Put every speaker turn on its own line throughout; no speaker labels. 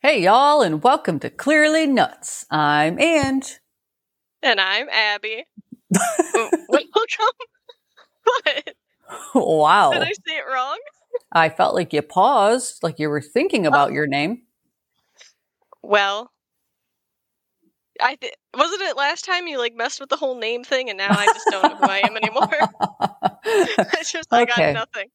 Hey, y'all, and welcome to Clearly Nuts. I'm Ange.
And I'm Abby. W- Welcome. what?
Wow.
Did I say it wrong?
I felt like you paused, like you were thinking about your name.
Well, I th- wasn't it last time you like messed with the whole name thing, and now I just don't know who I am anymore. it's just I
Okay.
got nothing.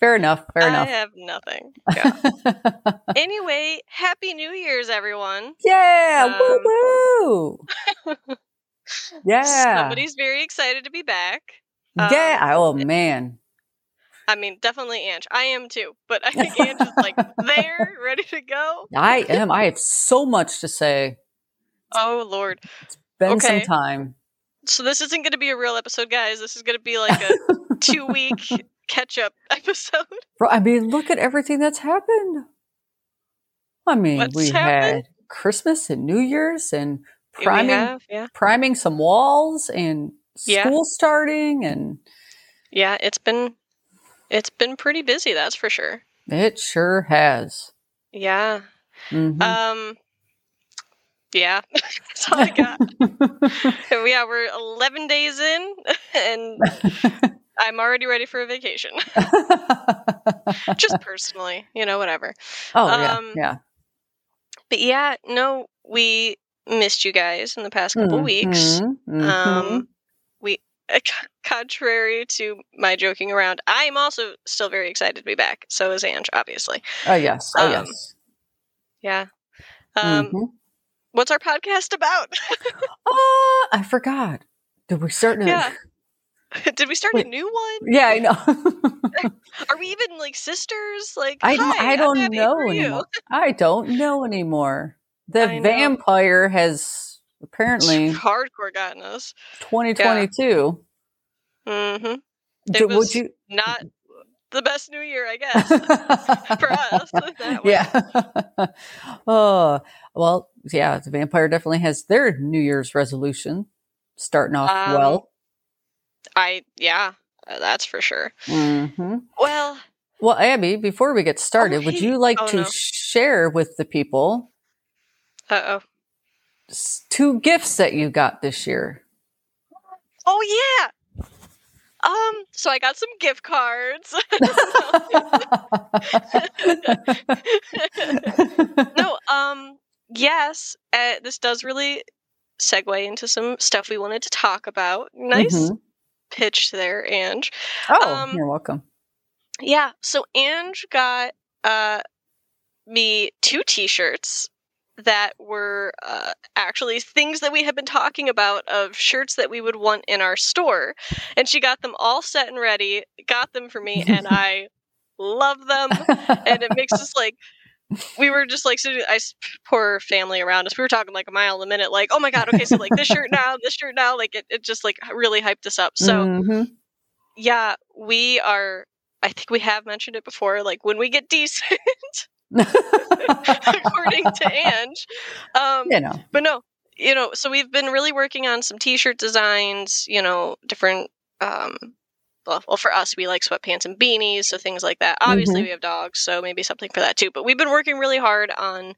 fair enough. Fair
I
enough.
have nothing. Yeah. anyway, happy New Year's, everyone.
yeah.
Um,
woo woo. yeah.
Somebody's very excited to be back. um,
yeah. Oh, man.
I mean, definitely Ange. I am too, but I think Ange is like there, ready to go.
I am. I have so much to say.
Oh Lord.
Been some
Okay.
time.
So this isn't going to be a real episode, guys. This is going to be like a two week catch up episode.
Bro, I mean, look at everything that's happened. I mean,
What's
we had
happened?
Christmas and New Year's and
We
priming
have, yeah,
priming some walls and
Yeah.
school starting and
yeah. It's been it's been pretty busy, that's for sure.
it sure has
Yeah.
Mhm.
Um. Yeah, that's all I got. yeah, we're eleven days in, and I'm already ready for a vacation. Just personally, you know, whatever.
oh yeah
um,
yeah
But yeah, no, we missed you guys in the past couple weeks.
Mhm, mhm.
Um, we, uh, contrary to my joking around, I am also still very excited to be back. So is Ange, obviously.
oh yes oh
um,
yes
Yeah. Um,
Mhm.
What's our podcast about?
Ah, i forgot did we start to-
Yeah. Did we start
Wait.
a new one?
yeah i know
Are we even like sisters? Like
I don't,
hi,
I
I'm
don't
happy
know
for you.
anymore. I don't know anymore. The
I know.
vampire has apparently
It's hardcore gotten us.
2022.
hmm It
Did, would
was-
you?
Not the best new year, I guess, for us. That was-
yeah. oh, well, yeah, the vampire definitely has their New Year's resolution starting off
Um,
well.
I yeah, uh, that's for sure.
hmm
Well,
Well, Abby, before we get started, would
wait.
you like
Oh,
to
no.
share with the people
uh oh.
s- two gifts that you got this year?
Oh yeah. Um, so I got some gift cards. no, um, yes, uh, this does really segue into some stuff we wanted to talk about. Nice
Mhm.
pitch there, Ange.
Oh,
Um,
you're welcome.
Yeah, so Ange got uh me two t-shirts that were uh, actually things that we had been talking about of shirts that we would want in our store and she got them all set and ready got them for me and i love them and it makes us like we were just like sitting, I s- poor family around us. We were talking like a mile a minute, like oh my god, okay, so like this shirt now, this shirt now, like it, it just like really hyped us up. So
Mhm.
yeah, we are. I think we have mentioned it before. Like when we get decent, um, according to Ange, um,
you know,
but no, you know. So we've been really working on some T-shirt designs. You know, different. Um, well, well, for us, we like sweatpants and beanies, so things like that. Obviously, we have dogs, so maybe something for that too. But we've been working really hard on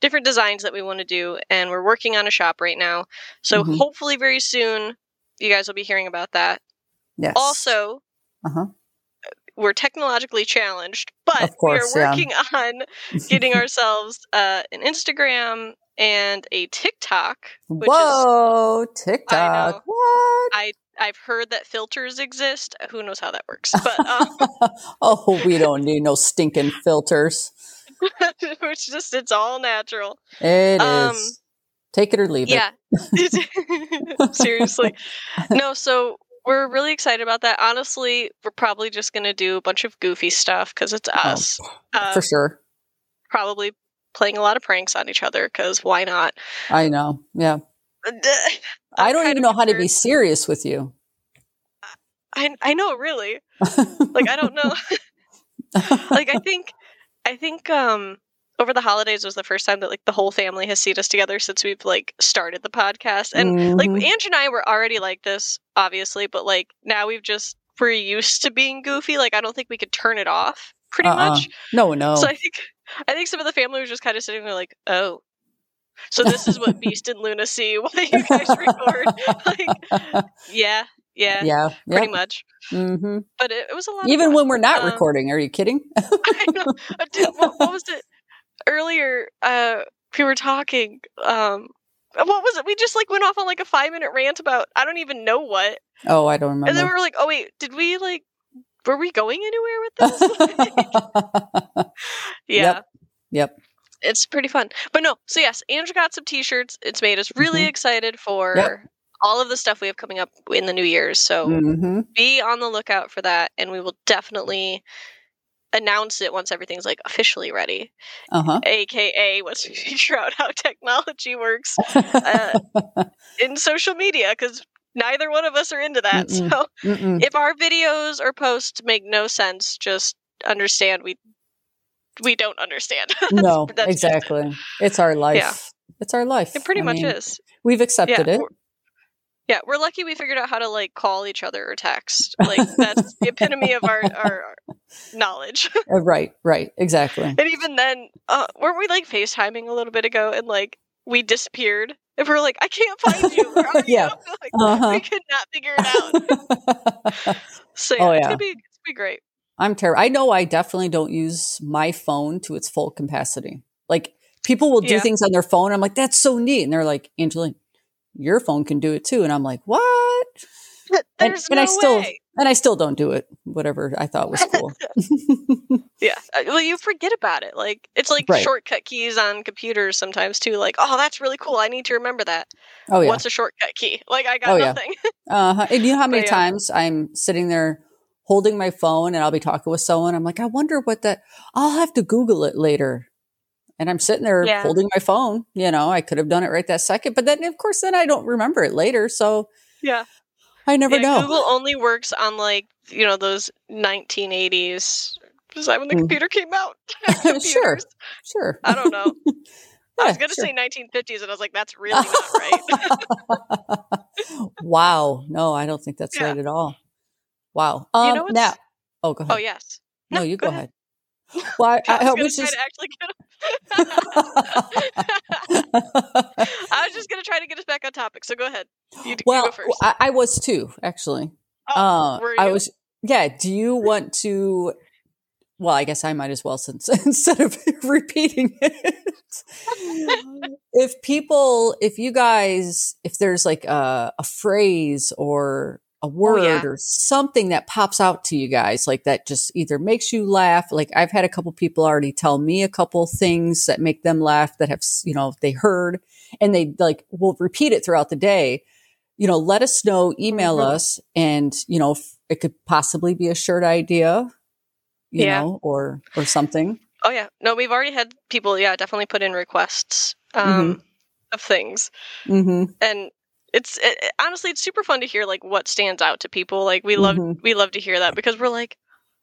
different designs that we want to do, and we're working on a shop right now. So
Mhm.
hopefully, very soon, you guys will be hearing about that.
yes.
Also,
Uh-huh.
we're technologically challenged, but
Of course,
we are
yeah.
working on getting ourselves uh, an Instagram and a TikTok. Which is,
Whoa, TikTok. What?
I've heard that filters exist. Who knows how that works? But um,
oh, we don't need no stinking filters.
it's just it's all natural.
It is.
Um,
Take it or leave
Yeah, seriously. No, so we're really excited about that. Honestly, we're probably just gonna do a bunch of goofy stuff because it's us.
it.
Uh,
Oh, For sure.
Probably playing a lot of pranks on each other because why not?
I know. Yeah. I don't
kind
even
of
know how to be
concerned-
serious with you.
I I know, really. Like I don't know. like I think I think um over the holidays was the first time that like the whole family has seen us together since we've like started the podcast. And like
Mhm.
Ange and I were already like this, obviously, but like now we've just we're used to being goofy. Like I don't think we could turn it off pretty
Uh-uh.
much.
no, no.
So I think I think some of the family was just kind of sitting there like, oh. So this is what Beast and Luna see while you guys record. like, yeah, yeah,
yeah,
pretty much.
hmm
But it, it was a lot. of
Even
fun.
when we're not
Um,
recording, are you kidding?
I know. I did- What, what was it earlier? Uh, we were talking. Um, what was it? We just like went off on like a five minute rant about I don't even know what,
oh, I don't remember.
and then we were like, oh wait, did we like? Were we going anywhere with this? yeah,
Yep. yep.
it's pretty fun. But no, so yes, Andrew got some T-shirts. It's made us really
Mhm.
excited for
Yep.
all of the stuff we have coming up in the new year. So
hmm
be on the lookout for that, and we will definitely announce it once everything's like officially ready.
Uh
aka once we figure out how technology works Uh,
huh.
in social media because neither one of us are into that
Mm-mm.
so if our videos or posts make no sense just understand we we don't understand
no,
that's-
exactly. It's our life.
Yeah.
It's our life.
it pretty
I
much
mean,
is
We've accepted
yeah
it.
we're- yeah we're lucky we figured out how to like call each other or text like that's the epitome of our, our knowledge
Uh, Right, right, exactly.
and even then uh, weren't we like facetiming a little bit ago and like we disappeared and we are like i can't find you Where are
Yeah.
you? Like,
Uh
we could not figure it out.
huh.
So yeah,
Oh,
it's
yeah.
gonna be it's gonna be great.
I'm terrible. I know I definitely don't use my phone to its full capacity. Like people will do
Yeah.
things on their phone. I'm like, that's so neat. And they're like, Angeline, your phone can do it too. And I'm like, what? And-
There's
and
no
I still-
way.
And I still don't do it. Whatever I thought was cool.
Yeah. Uh, Well, you forget about it. Like it's like
Right.
shortcut keys on computers sometimes too. Like, oh, that's really cool. I need to remember that.
oh yeah.
What's a shortcut key? Like I got
Oh, yeah.
nothing.
Uh-huh. And you know how many
yeah.
times I'm sitting there holding my phone and I'll be talking with someone. I'm like, I wonder what that, I'll have to Google it later. And I'm sitting there
Yeah.
holding my phone. You know, I could have done it right that second. But then, of course, then I don't remember it later. So
Yeah.
I never
Yeah,
know.
Google only works on like you know those 1980s. Was that when the
Mm.
computer came out?
sure,
Computers.
sure.
I don't know. I
Yeah,
was gonna
sure.
say 1950s, and I was like, that's really not right.
wow. No, I don't think that's
Yeah.
right at all. Wow. Um,
you know what's?
now, oh, go ahead.
oh yes.
no,
no,
you
go
go, ahead. Well, I,
I,
I,
was
hope
gonna
it's
try
just.
to actually get a- I was just gonna try to get us back on topic, so go ahead. You,
well,
you go first.
I, I was too, actually.
Oh,
Uh,
were
I
you?
was, yeah. Do you want to? Well, I guess I might as well since instead of repeating it. if people, if you guys, if there's like a, a phrase or a word
Oh, yeah.
or something that pops out to you guys, like that just either makes you laugh. Like I've had a couple people already tell me a couple things that make them laugh that have, s- you know, they heard and they like will repeat it throughout the day you know, let us know, email
Mhm.
us, and you know, if it could possibly be a shirt idea, you
Yeah.
know, or or something.
oh yeah. No, we've already had people. Yeah, definitely put in requests
Mm-hmm.
um, of things,
hmm
and it's it, it- honestly it's super fun to hear like what stands out to people. Like we love
Mhm.
we love to hear that because we're like,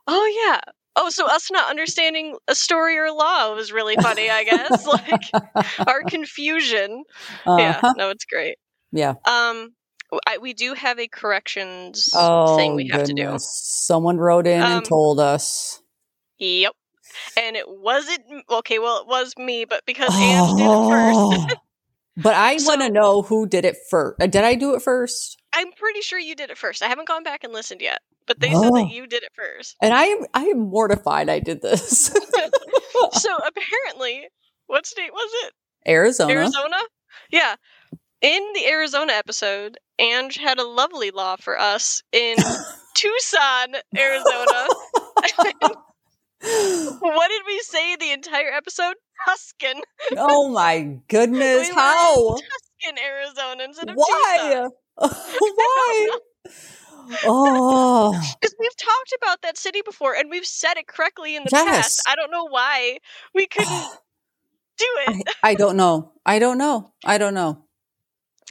oh yeah. Oh, so us not understanding a story or law was really funny, I guess. like our confusion. Yeah,
Uh-huh.
no, it's great.
Yeah.
Um, I, we do have a corrections
Oh,
thing we have
goodness. Someone wrote in
Um,
and told us.
to do. Yep. And it wasn't m- okay. Well, it was me, but because Ange did it first,
Oh. but I
So-
want to know who did it first. Did I do it first?
I'm pretty sure you did it first. I haven't gone back and listened yet, but they said
Oh.
that you did it first.
And I am I am mortified I did this.
So apparently, what state was it?
Arizona.
Arizona. Yeah. In the Arizona episode, Ange had a lovely law for us in Tucson, Arizona. What did we say the entire episode? Tuscan.
oh my goodness.
We were
How?
in Arizona instead of Tucson.
Why? Why? Oh,
Because we've talked about that city before and we've said it correctly in the
Yes.
past. I don't know why we couldn't do it.
I, I don't know. I don't know. I don't know.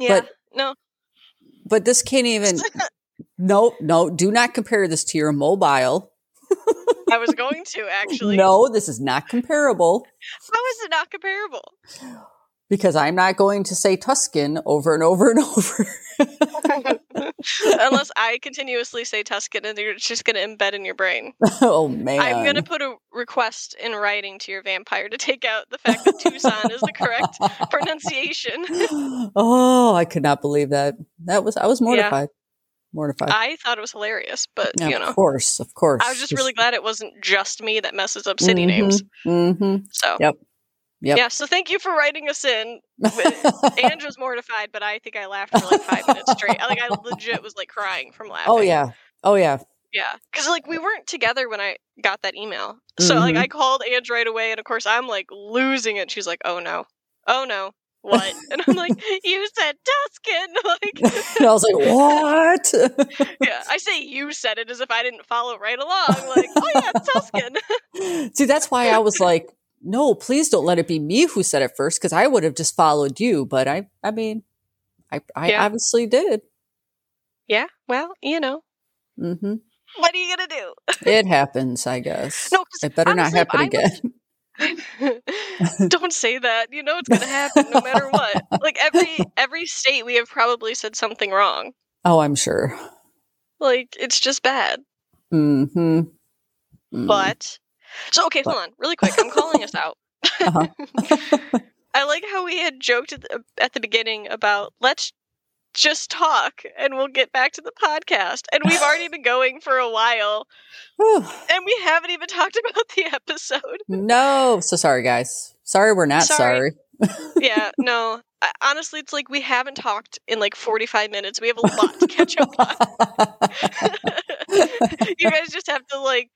Yeah.
but-
no.
But this can't even. No, no. Do not compare this to your mobile.
I was going to actually.
No, this is not comparable.
How is it not comparable?
because I'm not going to say Tuscan over and over and over.
Unless I continuously say Tuscan and you're just going to embed in your brain.
oh man.
I'm going to put a request in writing to your vampire to take out the fact that Tucson is the correct pronunciation.
oh, I could not believe that. That was I was mortified. Mortified.
I thought it was hilarious, but
Yeah,
you know.
Of course, of course.
I was just really glad it wasn't just me that messes up city
Mhm.
names.
hmm
So,
Yep. Yep.
yeah, so thank you for writing us in. Andrew's mortified, but I think I laughed for like five minutes straight. I- Like, I legit was like crying from laughing.
oh yeah. Oh yeah.
Yeah, because like we weren't together when I got that email, so like
Mhm.
I called Ange right away, and of course I'm like losing it. She's like, "Oh no, oh no, what?" and I'm like, "You said Tuscan." Like,
And I was like, what?
yeah, I say you said it as if I didn't follow right along. Like, oh yeah, it's Tuscan.
See, that's why I was like, no, please don't let it be me who said it first, because I would have just followed you. But I, I mean, I, I
Yeah.
obviously did.
yeah, well, you know,
hmm
what are you gonna do?
It happens, I guess.
No, 'cause
it better
honestly,
not happen
I
again.
don't say that you know it's gonna happen no matter what like every every state we have probably said something wrong
Oh, I'm sure.
like it's just bad
hmm Mm. Mm-hmm.
but so okay hold on really quick i'm calling us out
Uh-huh.
i like how we had joked at the, at the beginning about let's just talk and we'll get back to the podcast and we've already been going for a while and we haven't even talked about the episode
no, so sorry, guys. Sorry, we're not
Sorry.
sorry.
yeah, no. I, honestly, it's like we haven't talked in like 45 minutes. We have a lot to catch up on. you guys just have to like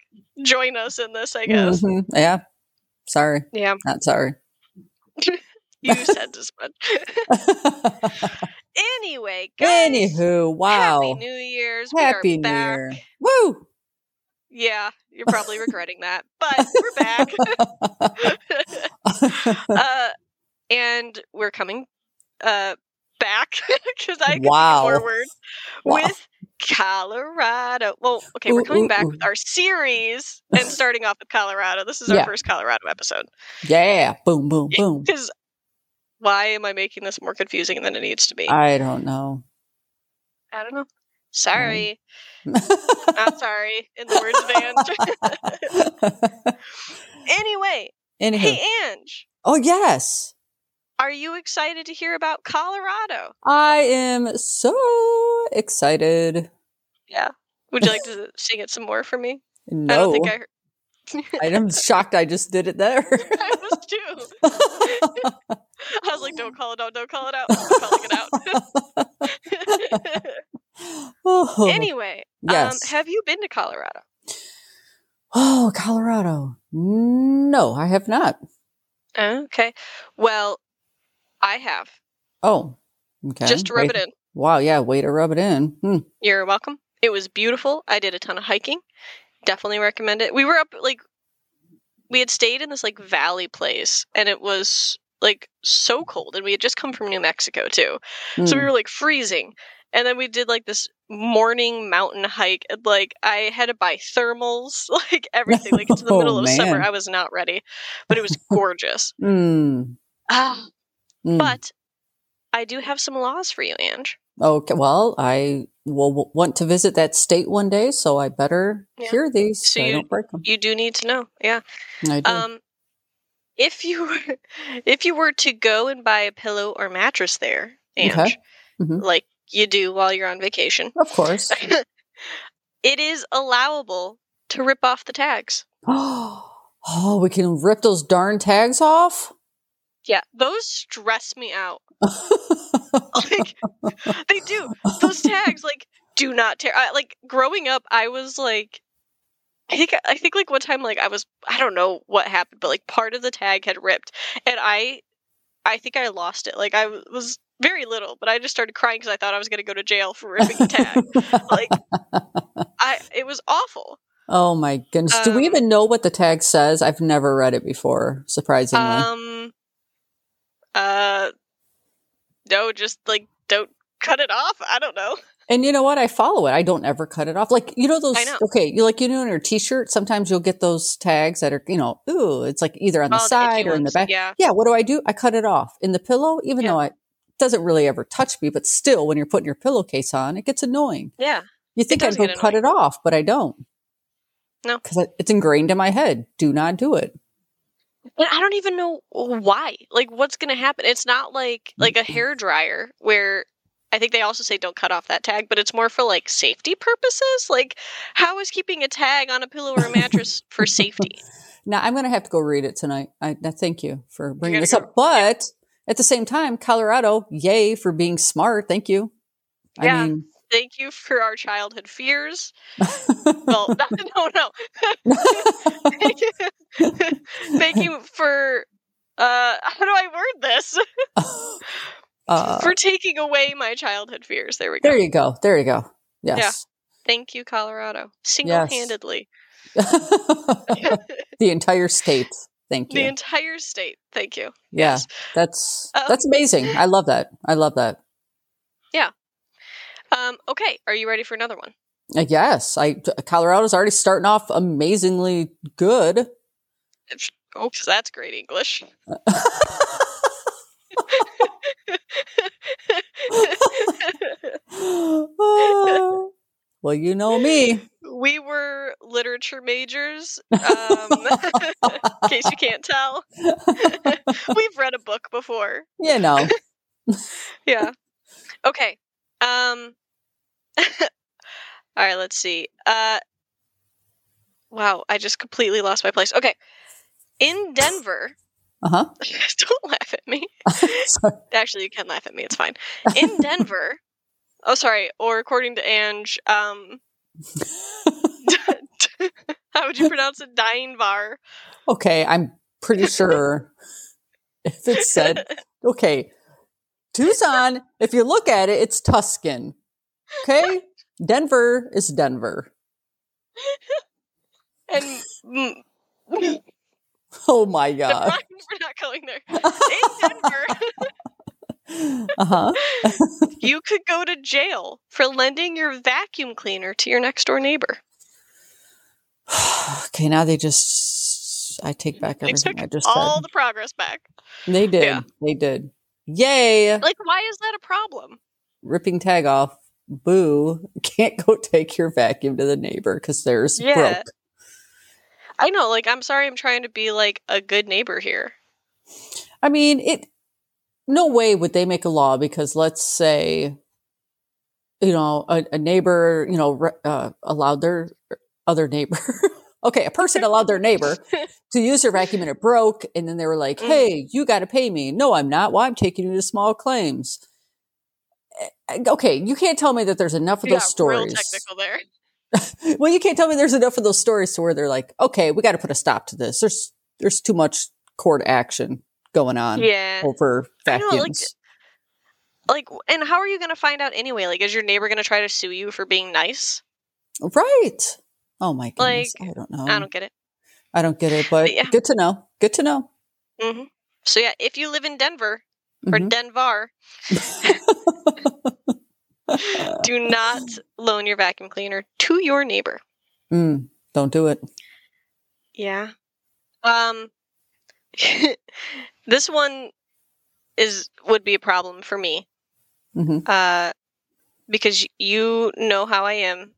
join us in this, I guess.
Mhm. Yeah. Sorry,
Yeah,
not sorry.
you said as much. anyway, guys.
Anywho, wow.
Happy New Year's. we
Happy
are
New
back.
Year. Woo!
Yeah, you're probably regretting that, but we're back. uh, and we're coming uh, back because I can
Wow.
forward
Wow.
with Colorado. Well, okay, we're
Ooh,
coming
ooh,
back
ooh.
with our series and starting off with Colorado. This is our
Yeah.
first Colorado episode.
Yeah. Boom, boom, boom.
Because why am I making this more confusing than it needs to be?
I don't know.
I don't know. Sorry, not sorry. In the words of Ange. anyway,
Anywho.
hey Ange,
Oh, yes.
are you excited to hear about Colorado?
I am so excited.
Yeah. Would you like to sing it some more for me?
No,
I don't think I heard.
I am shocked I just did it there.
I was too. I was like, don't call it out, don't call it out. I'm calling it out.
oh,
anyway,
yes.
um, have you been to Colorado?
oh, Colorado. No, I have not.
Okay. Well, I have.
Oh, okay.
Just to rub
Wait-
it in.
Wow, yeah, way to rub it in. Hmm.
You're welcome. It was beautiful. I did a ton of hiking. Definitely recommend it. We were up like we had stayed in this like valley place and it was like so cold and we had just come from New Mexico too. So we
Hmm.
were like freezing. And then we did like this morning mountain hike. And, like I had to buy thermals, like everything. Like it's the
Oh,
middle of summer.
man.
I was not ready, but it was gorgeous.
Hmm.
Ah,
Hmm.
but I do have some laws for you, Ange.
Okay. Well, I will w- want to visit that state one day, so I better
Yeah.
hear these
So
so, I
you-
don't break them.
You do need to know. Yeah.
I do.
Um, if you were, if you were to go and buy a pillow or mattress there, Ange,
Okay. Mhm.
like you do while you're on vacation,
of course.
it is allowable to rip off the tags.
oh, we can rip those darn tags off.
Yeah, those stress me out. Like they do. Those tags like do not tear. I, like growing up, I was like, I think I think like one time like I was I don't know what happened, but like part of the tag had ripped, and I I think I lost it. Like I w- was very little, but I just started crying because I thought I was gonna go to jail for ripping a tag. like I it was awful.
oh my goodness! do we
Um,
even know what the tag says? I've never read it before. Surprisingly.
Um. Uh. No, just like don't cut it off. I don't know.
And you know what? I follow it. I don't ever cut it off. Like, you know, those,
I know.
okay, you like, you know, in your t shirt, sometimes you'll get those tags that are, you know, ooh, it's like either on the
Oh, the
side
itchy
or in the
ones.
back.
Yeah.
what do I do? I cut it off. In the pillow, even
Yeah.
though it doesn't really ever touch me, but still, when you're putting your pillowcase on, it gets annoying.
Yeah.
You think I'd
does
go
get
cut it off, but I don't.
No.
Because it's ingrained in my head. Do not do it.
And I don't even know why. Like what's going to happen? It's not like like a hair dryer where I think they also say don't cut off that tag, but it's more for like safety purposes. Like how is keeping a tag on a pillow or a mattress for safety?
Now I'm going to have to go read it tonight. I, I thank you for bringing
gotta
this
go-
up. But at the same time, Colorado, yay for being smart. Thank you.
Yeah.
I mean,
Thank you for our childhood fears. Well, not, no, no. Thank you. Thank you for uh how do I word this?
Uh,
for taking away my childhood fears. There we go.
there you go. There you go. Yes.
Thank you, Colorado. Single-handedly.
the entire state. Thank
The
you.
entire state. Thank you.
yeah. That's
Um,
that's amazing. I love that. I love that.
Um, okay, are you ready for another one?
Uh, Yes. I Colorado's already starting off amazingly good.
Oh, 'cause that's great English.
Oh. Ah. well, you know me.
we were literature majors, um, in case you can't tell. We've read a book before.
you know.
Yeah. Okay. Um, all right, let's see. Uh, wow, I just completely lost my place. Okay. In Denver,
Uh
don't laugh at me.
huh.
Actually, you can laugh at me. It's fine. In Denver, oh sorry, or according to Ange, um, how would you pronounce it? Dienvar.
okay, I'm pretty sure if it said okay, Tucson. If you look at it, it's Tuscan. Okay, Denver is Denver.
and mm, never
Oh my
mind,
god.
we're not going there. In Denver,
Uh huh.
you could go to jail for lending your vacuum cleaner to your next door neighbor.
okay, now they just. I take back
They
everything
took
I just
all
said.
the progress back.
they did.
yeah.
They did. Yay!
Like, why is that a problem?
Ripping tag off. Boo! Can't go take your vacuum to the neighbor because there's
Yeah.
broke.
I know. Like, I'm sorry, I'm trying to be like a good neighbor here.
I mean, it. No way would they make a law because let's say, you know, a, a neighbor, you know, re- uh, allowed their other neighbor. okay, a person allowed their neighbor to use their vacuum and it broke, and then they were like,
Mm.
"Hey, you got to pay me." No, I'm not. Why? I'm taking you to small claims. Eh, Okay, you can't tell me that there's enough of
You
those
got real
stories.
technical there.
Well, you can't tell me there's enough of those stories to where they're like, "Okay, we got to put a stop to this." There's there's too much court action going on
Yeah.
over
I know,
vacuums.
like- Like, and how are you going to find out anyway? Like, is your neighbor going to try to sue you for being nice?
right. Oh my goodness.
Like,
I don't know.
I don't get it.
get it, but
Yeah.
good to know. Good to know.
hmm So, yeah, if you live in Denver or
Mhm.
Denver, do not loan your vacuum cleaner to your neighbor.
Mm, don't do it.
Yeah. Um, this one is would be a problem for me
hmm
uh, because you know how I am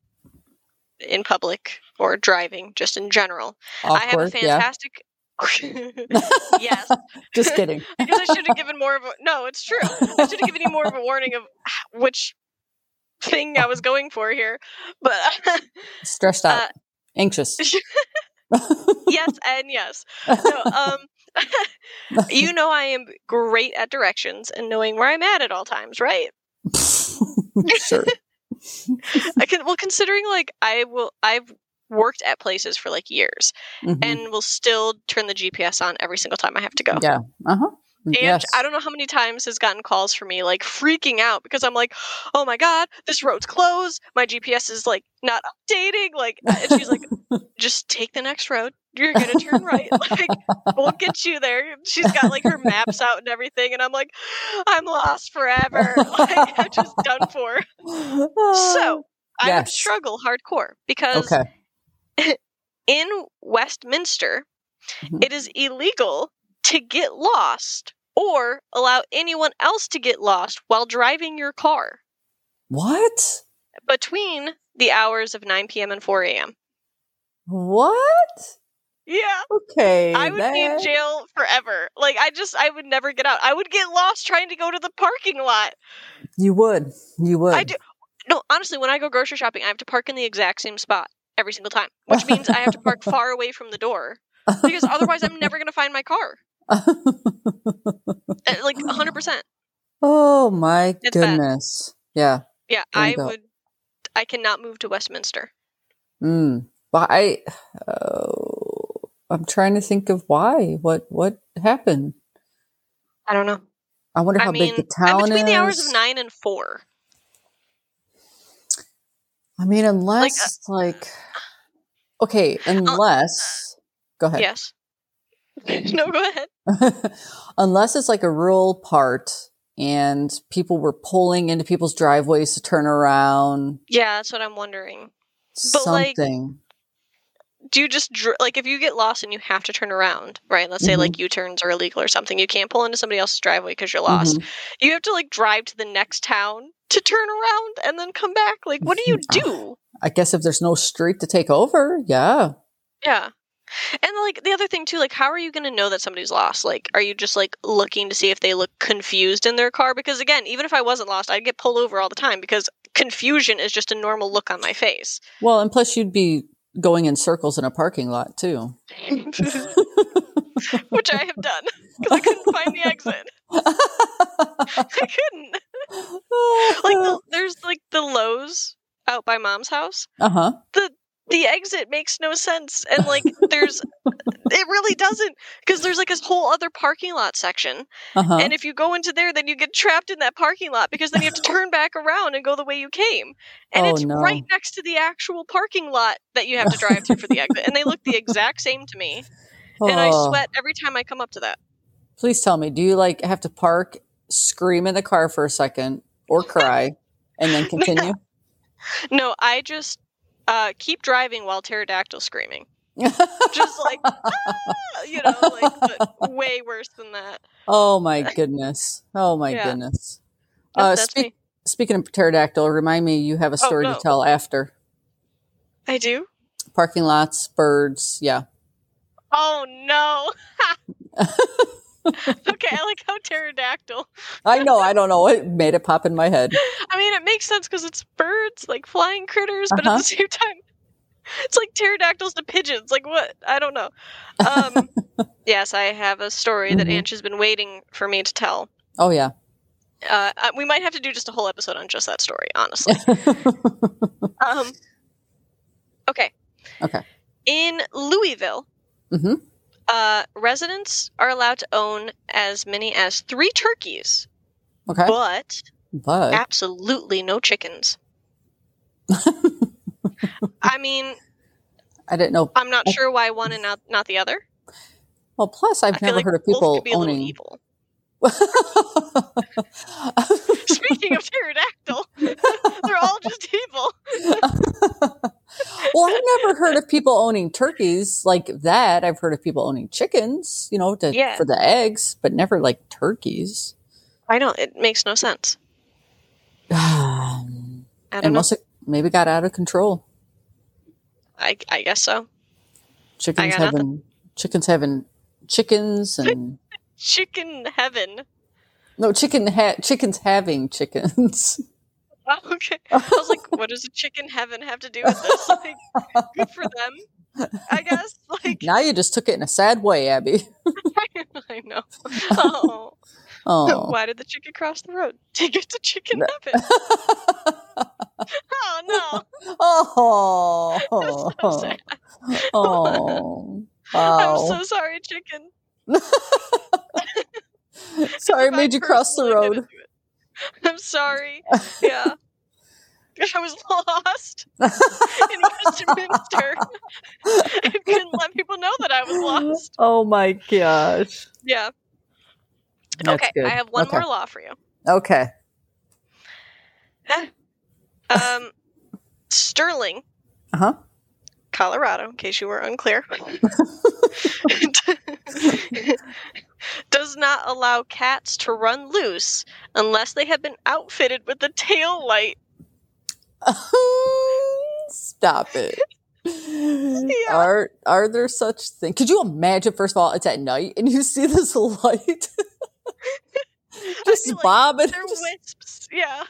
in public or driving, just in general. I have a
Awkward. yeah.
fantastic. yes,
Just kidding.
I guess I should have given more of a. No, it's true. I should have given you more of a warning of which thing I was going for here. But
Stressed
Uh,
out. Anxious.
yes, and yes. No, um, you know I am great at directions and knowing where I'm at at all times, right?
sure.
I can, well, considering like I will, I've worked at places for like years
Mhm.
and will still turn the GPS on every single time I have to go.
Yeah. Uh huh.
And
Yes.
I don't know how many times has gotten calls for me like freaking out because I'm like, oh my God, this road's closed. My GPS is like not updating. Like, and she's like, just take the next road. You're going to turn right. Like, we'll get you there. She's got like her maps out and everything. And I'm like, I'm lost forever. Like, I'm just done for. So I would
Yes.
struggle hardcore because
okay.
in Westminster,
Mhm.
it is illegal to get lost or allow anyone else to get lost while driving your car
What?
between the hours of 9 p.m. and 4 a.m.
What?
Yeah,
Okay.
I would be in
that-
jail forever. Like, I just, I would never get out. I would get lost trying to go to the parking lot.
You would. You would.
I do. No, honestly, when I go grocery shopping, I have to park in the exact same spot every single time, which means I have to park far away from the door because otherwise I'm never going to find my car. Uh, Like, 100%.
oh my
It's bad.
goodness. Yeah.
Yeah,
There you
I
go.
would. I cannot move to Westminster.
Mm. But I, oh, I'm trying to think of why. What what happened?
I don't know.
I wonder how
I mean,
big the
I'm
town
between
is.
the hours of nine and four.
I mean, unless
uh,
like, okay, unless go ahead.
Yes. no, go ahead.
unless it's like a rural part and people were pulling into people's driveways to turn around
Yeah, that's what I'm wondering. But, like-
something.
Do you just dr- like if you get lost and you have to turn around, right? Let's
Mm-hmm.
say like U turns are illegal or something. You can't pull into somebody else's driveway because you're lost.
Mhm.
You have to like drive to the next town to turn around and then come back. Like, what do you
Ah.
do?
I guess if there's no street to take over, yeah.
Yeah. And like the other thing too, like how are you going to know that somebody's lost? Like are you just like looking to see if they look confused in their car because again, even if I wasn't lost, I'd get pulled over all the time because confusion is just a normal look on my face.
Well, and plus you'd be going in circles in a parking lot too.
Which I have done cuz I couldn't find the exit. I couldn't. Like the, there's like the Lowe's out by mom's house.
uh huh.
The exit makes no sense and like there's it really doesn't because there's like this whole other parking lot section
Uh huh.
And if you go into there, then you get trapped in that parking lot because then you have to turn back around and go the way you came. And
Oh,
it's
no.
right next to the actual parking lot that you have to drive through for the exit. And they look the exact same to me. And I
Oh.
sweat every time I come up to that.
Please tell me, do you like have to park, scream in the car for a second, or cry, and then continue?
No, I just uh, keep driving while pterodactyl screaming. Just like, "Ah!" you know, like but way worse than that.
oh my goodness! Oh my
Yeah.
goodness!
No,
Uh,
that's
speak-
me.
Speaking of pterodactyl, remind me you have a
Oh,
story
no.
to tell after
I do.
parking lots, birds. Yeah.
Oh no. okay, I like how pterodactyl.
I know. I don't know. It made it pop in my head.
I mean, it makes sense because it's birds, like flying critters, but at
Uh-huh.
the same time, it's like pterodactyls to pigeons. Like what? I don't know. Um, yes, I have a story that
Mhm.
Ange has been waiting for me to tell.
Oh yeah.
Uh, I- we might have to do just a whole episode on just that story, honestly. um, okay.
Okay.
In Louisville,
Mhm.
uh, residents are allowed to own as many as three turkeys,
Okay.
but
But
absolutely no chickens. I mean,
I didn't know.
I'm not sure why one and not, not the other.
Well, plus I've
I feel
never
like
heard of
both
people
could be a little
owning.
evil. Speaking of pterodactyl, they're all just evil.
well, I've never heard of people owning turkeys like that. I've heard of people owning chickens, you know, to,
Yeah.
for the eggs, but never like turkeys.
I know it makes no sense.
and
I don't know.
must have maybe got out of control.
I, I guess so.
Chickens
got
having chickens having chickens and
Chicken heaven.
no chicken ha- chickens having chickens.
Oh, okay. I was like, what does a chicken heaven have to do with this? Like, good for them, I guess. Like,
now you just took it in a sad way, Abby.
I know. Oh,
Oh,
why did the chicken cross the road to get to chicken heaven? Oh no!
oh,
That's so sad.
oh,
I'm
wow.
so sorry, chicken.
sorry I made you cross the
personally
road.
didn't do it. I'm sorry. Yeah. I was lost in Westminster. I couldn't let people know that I was lost.
Oh my gosh.
Yeah.
That's
okay.
good.
I have one
Okay.
more law for you.
Okay.
Um, Sterling,
Uh huh.
Colorado, in case you were unclear, does not allow cats to run loose unless they have been outfitted with a tail light.
Stop it. Are are there such things? Could you imagine? First of all, it's at night and you see this light just
feel like
bobbing.
They're
just-
wisps. Yeah.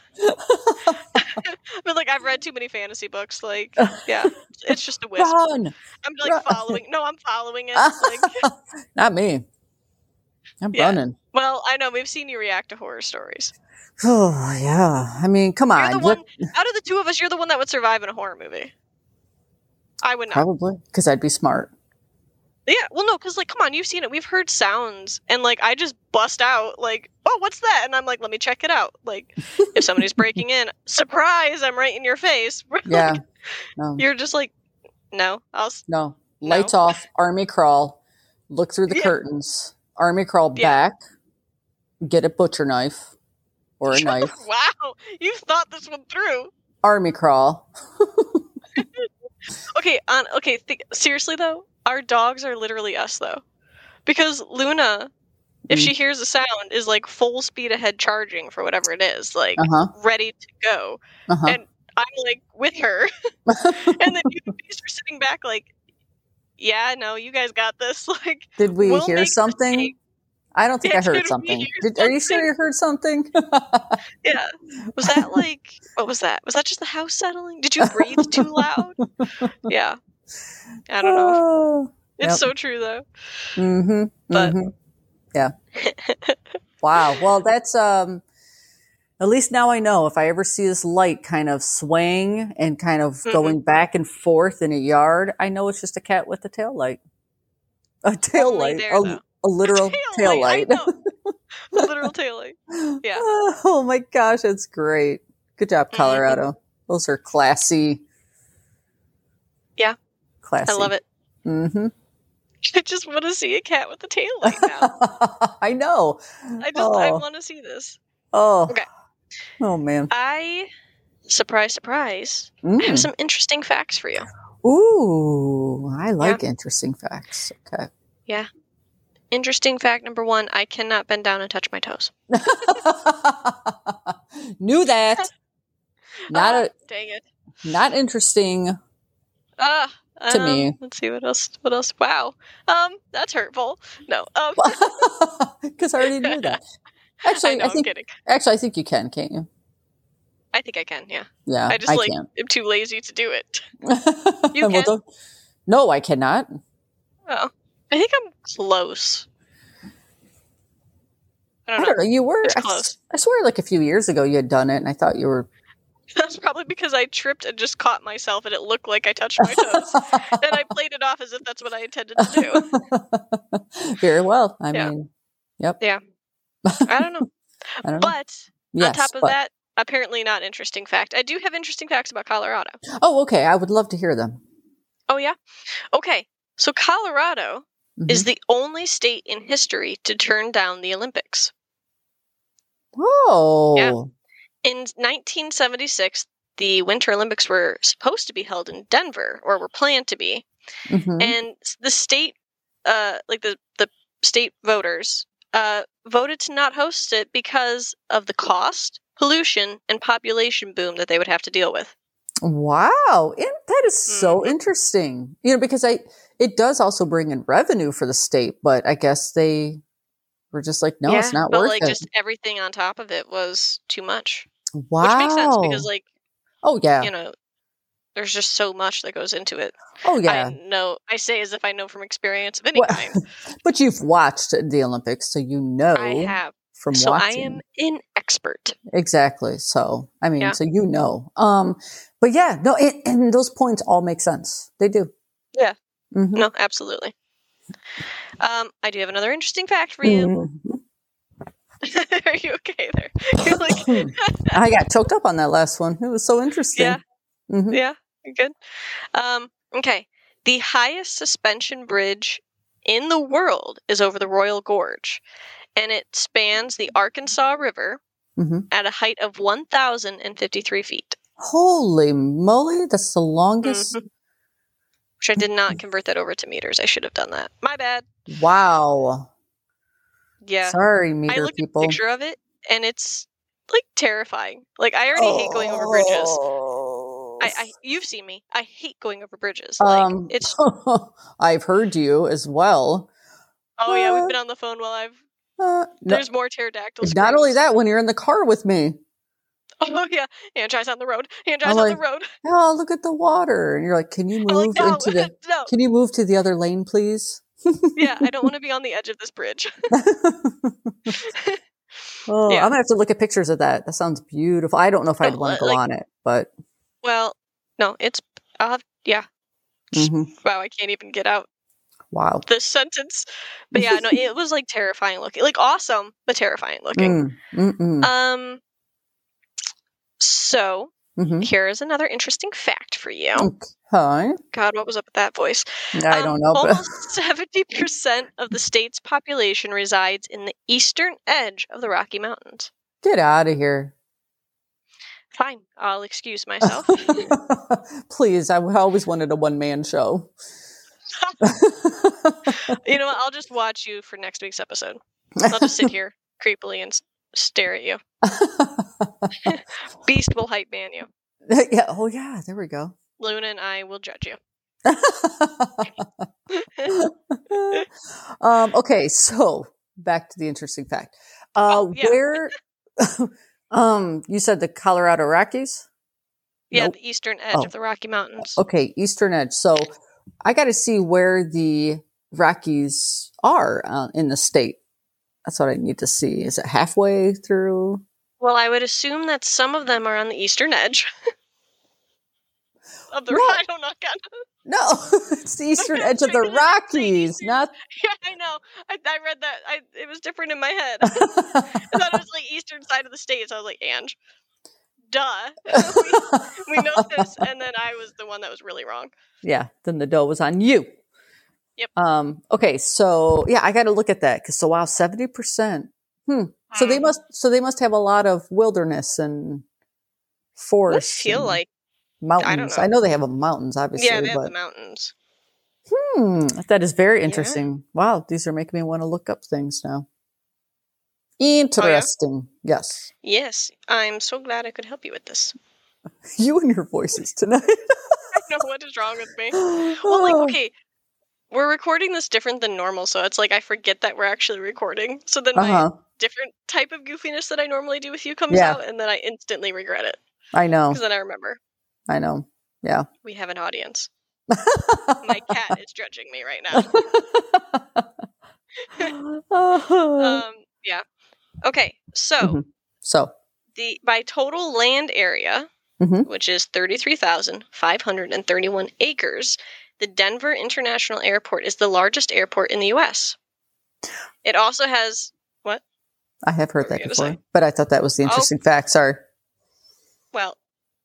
but like I've read too many fantasy books. Like, yeah, it's just a wisp.
Run,
I'm
Right.
like following. No, I'm following it. Like,
not me. I'm
Yeah.
running.
well, I know we've seen you react to horror stories.
Oh yeah. I mean, come
You're
on.
the
Look-
one out of the two of us. You're the one that would survive in a horror movie. I would not.
Probably because I'd be smart.
Yeah. Well, no, because like, come on, you've seen it. We've heard sounds, and like, I just bust out like, "Oh, what's that?" And I'm like, "Let me check it out." Like, if somebody's breaking in, surprise! I'm right in your face.
Yeah. No.
You're just like, no, I'll. s-
No.
No.
Lights off, army crawl, look through the
Yeah.
curtains, army crawl
Yeah.
back, get a butcher knife or a knife,
Wow, you thought this one through.
army crawl.
Okay, on okay. Th- seriously though, our dogs are literally us though, because Luna, if
Mm.
she hears a sound, is like full speed ahead charging for whatever it is, like
Uh huh.
ready to go.
Uh huh.
And- I'm like with her, and then you bees are sitting back like, yeah, no, you guys got this. Like,
Did we
we'll
hear
make
something?
mistakes.
I don't think
Yeah,
I heard
did we
something.
hear
Did, are you sure
something?
you heard something?
yeah, was that like what was that? Was that just the house settling? Did you breathe too loud? Yeah, I don't know. It's
Uh, yep.
so true though.
Mm-hmm.
But-
hmm Yeah. wow. Well, that's um. At least now I know if I ever see this light kind of swaying and kind of
Mhm.
going back and forth in a yard, I know it's just a cat with a tail light. A tail
Only
light. Oh,
there,
A,
though.
a literal tail, light.
I know. literal tail light. Yeah.
Oh my gosh, that's great. Good job,
Mhm.
Colorado. Those are classy.
Yeah.
Classy.
I love it.
Mm-hmm.
I just want to see a cat with a tail light now.
I know.
I just
oh.
I want to see this.
oh.
Okay.
Oh man.
I surprise surprise. I have
Mm.
some interesting facts for you.
Ooh, I like interesting facts. Okay.
Interesting fact number 1, I cannot bend down and touch my toes.
Knew that. Not
Ah,
a,
dang it.
not interesting.
Ah.
To
um,
me.
Let's see what else what else. Wow. Um that's hurtful. No. Um
Cuz I already knew that.
I
Actually, I,
know, I am
think
kidding.
actually I think you can, can't you?
I think I can, yeah.
Yeah.
I just like
can.
am too lazy to do it.
Well,
can?
don't- no, I cannot.
Oh. I think I'm close. I
I
don't know.
don't know. You were.
It's
I, s-
Uh-huh. close.
I swear, like a few years ago, you had done it, and I thought you were.
That's probably because I tripped and just caught myself, and it looked like I touched my toes. and I played it off as if that's what I intended to do.
Very well. I
Yeah.
mean, yep.
Yeah. I don't know.
I don't know.
But on
Yes,
top of
but-
that, apparently not interesting fact. I do have interesting facts about Colorado.
Oh, okay. I would love to hear them.
Oh, yeah? Okay. So, Colorado
Mm-hmm.
is the only state in history to turn down the Olympics.
Oh,
In 1976, the Winter Olympics were supposed to be held in Denver, or were planned to be.
Mhm.
and s- the state uh like the the state voters uh voted to not host it because of the cost pollution and population boom that they would have to deal with
wow, In- that is so
Mhm.
interesting. You know, because I it does also bring in revenue for the state, but I guess they were just like, no, it's not
but
worth
like
it.
just everything on top of it was too much
wow,
which makes sense because like
oh yeah,
you know there's just so much that goes into it
oh yeah.
i know i say as if i know from experience of any
Well,
kind
but you've watched the Olympics, so you know
i have
from
so
watching.
i am an expert
Exactly. So, I mean,
Yeah.
so you know. Um, but yeah, no, it, and those points all make sense. They do.
Yeah.
Mhm.
no
Mm-hmm.
absolutely um, i do have another interesting fact for you
Mhm.
Are you okay there? You're like,
I got choked up on that last one. It was so interesting.
Yeah.
Mhm.
yeah, you're good. Um, okay. The highest suspension bridge in the world is over the Royal Gorge, and it spans the Arkansas River
Mhm.
at a height of 1,053 feet,
Holy moly, that's the longest.
which I did not convert that over to meters. I should have done that. My bad.
Wow.
Mm-hmm. Yeah.
Sorry,
I
meter
looked
people.
at a picture of it, and it's like terrifying. Like, I already hate going over bridges. I, I you've seen me. I hate going over bridges. Like
Oh. um,
it's
I've heard you as well.
oh yeah, we've been on the phone while I've
Uh, no-
there's more pterodactyls.
not only that, when you're in the car with me,
Oh yeah, Angie's on the road. Angie's
I'm
on the
like,
road.
oh look at the water, and you're like, can you
I'm
move
like no,
into the?
no.
Can you move to the other lane, please?
Yeah, I don't want to be on the edge of this bridge.
oh,
Yeah.
I'm gonna have to look at pictures of that. That sounds beautiful. I don't know if I'd
Oh,
want to go
like-
on it, but
Well, no, it's I'll have yeah.
mhm.
Wow, I can't even get out
wow.
this sentence. But yeah, no, it was like terrifying looking, like awesome, but terrifying looking.
Mm, mm-mm,
Um, so
mhm.
here is another interesting fact for you.
Okay.
God, what was up with that voice?
Oh. I
Um,
don't know, but
almost seventy percent of the state's population resides in the eastern edge of the Rocky Mountains.
get out of here.
Fine, I'll excuse myself.
Please, I I always wanted a one man show.
you know, what, I'll just watch you for next week's episode. I'll just sit here creepily and s- stare at you. Beast will hype man you.
yeah. Oh, yeah. There we go.
Luna and I will judge you.
um, okay, so back to the interesting fact. Uh,
Oh, yeah.
Where um, you said the Colorado Rockies?
Yeah,
Nope.
the eastern edge
Oh.
of the Rocky Mountains.
Okay, Eastern Edge. So I got to see where the Rockies are uh, in the state. That's what I need to see. Is it halfway through?
Well, I would assume that some of them are on the eastern edge. Of the,
Well-
I don't know. God.
No, it's the eastern edge of the Rockies, not.
Yeah, I know. I, I read that. I, it was different in my head. I thought it was like eastern side of the states. I was like, Ange, duh. we, we know this, and then I was the one that was really wrong.
yeah, then the dough was on you.
Yep.
Um, okay, so yeah, I got to look at that because so wow, seventy percent. So they
Mm.
must. So they must have a lot of wilderness and
I
forests.
feel
and
like
mountains. I,
know.
know they have a mountains, obviously.
yeah, they have the
but
mountains.
hmm, that is very
Yeah.
interesting. Wow, these are making me want to look up things now. Interesting. Yes,
Yes, I'm so glad I could help you with this.
you and your voices tonight.
I know what is wrong with me. Well,
well,
like okay, we're recording this different than normal, so it's like I forget that we're actually recording. So then
Uh
my
huh.
different type of goofiness that I normally do with you comes
Yeah. Oh.
out, and then I instantly regret it
I know.
because then I remember
I know. Yeah.
we have an audience. My cat is judging me right now.
Uh-huh.
um, yeah. Okay, so
Mhm. so
the by total land area,
Mhm.
which is thirty-three thousand five hundred and thirty-one acres, the Denver International Airport is the largest airport in the U.S. It also has
I have heard
What were
that
you gonna
before,
say?
but I thought that was the interesting fact. Sorry.
well,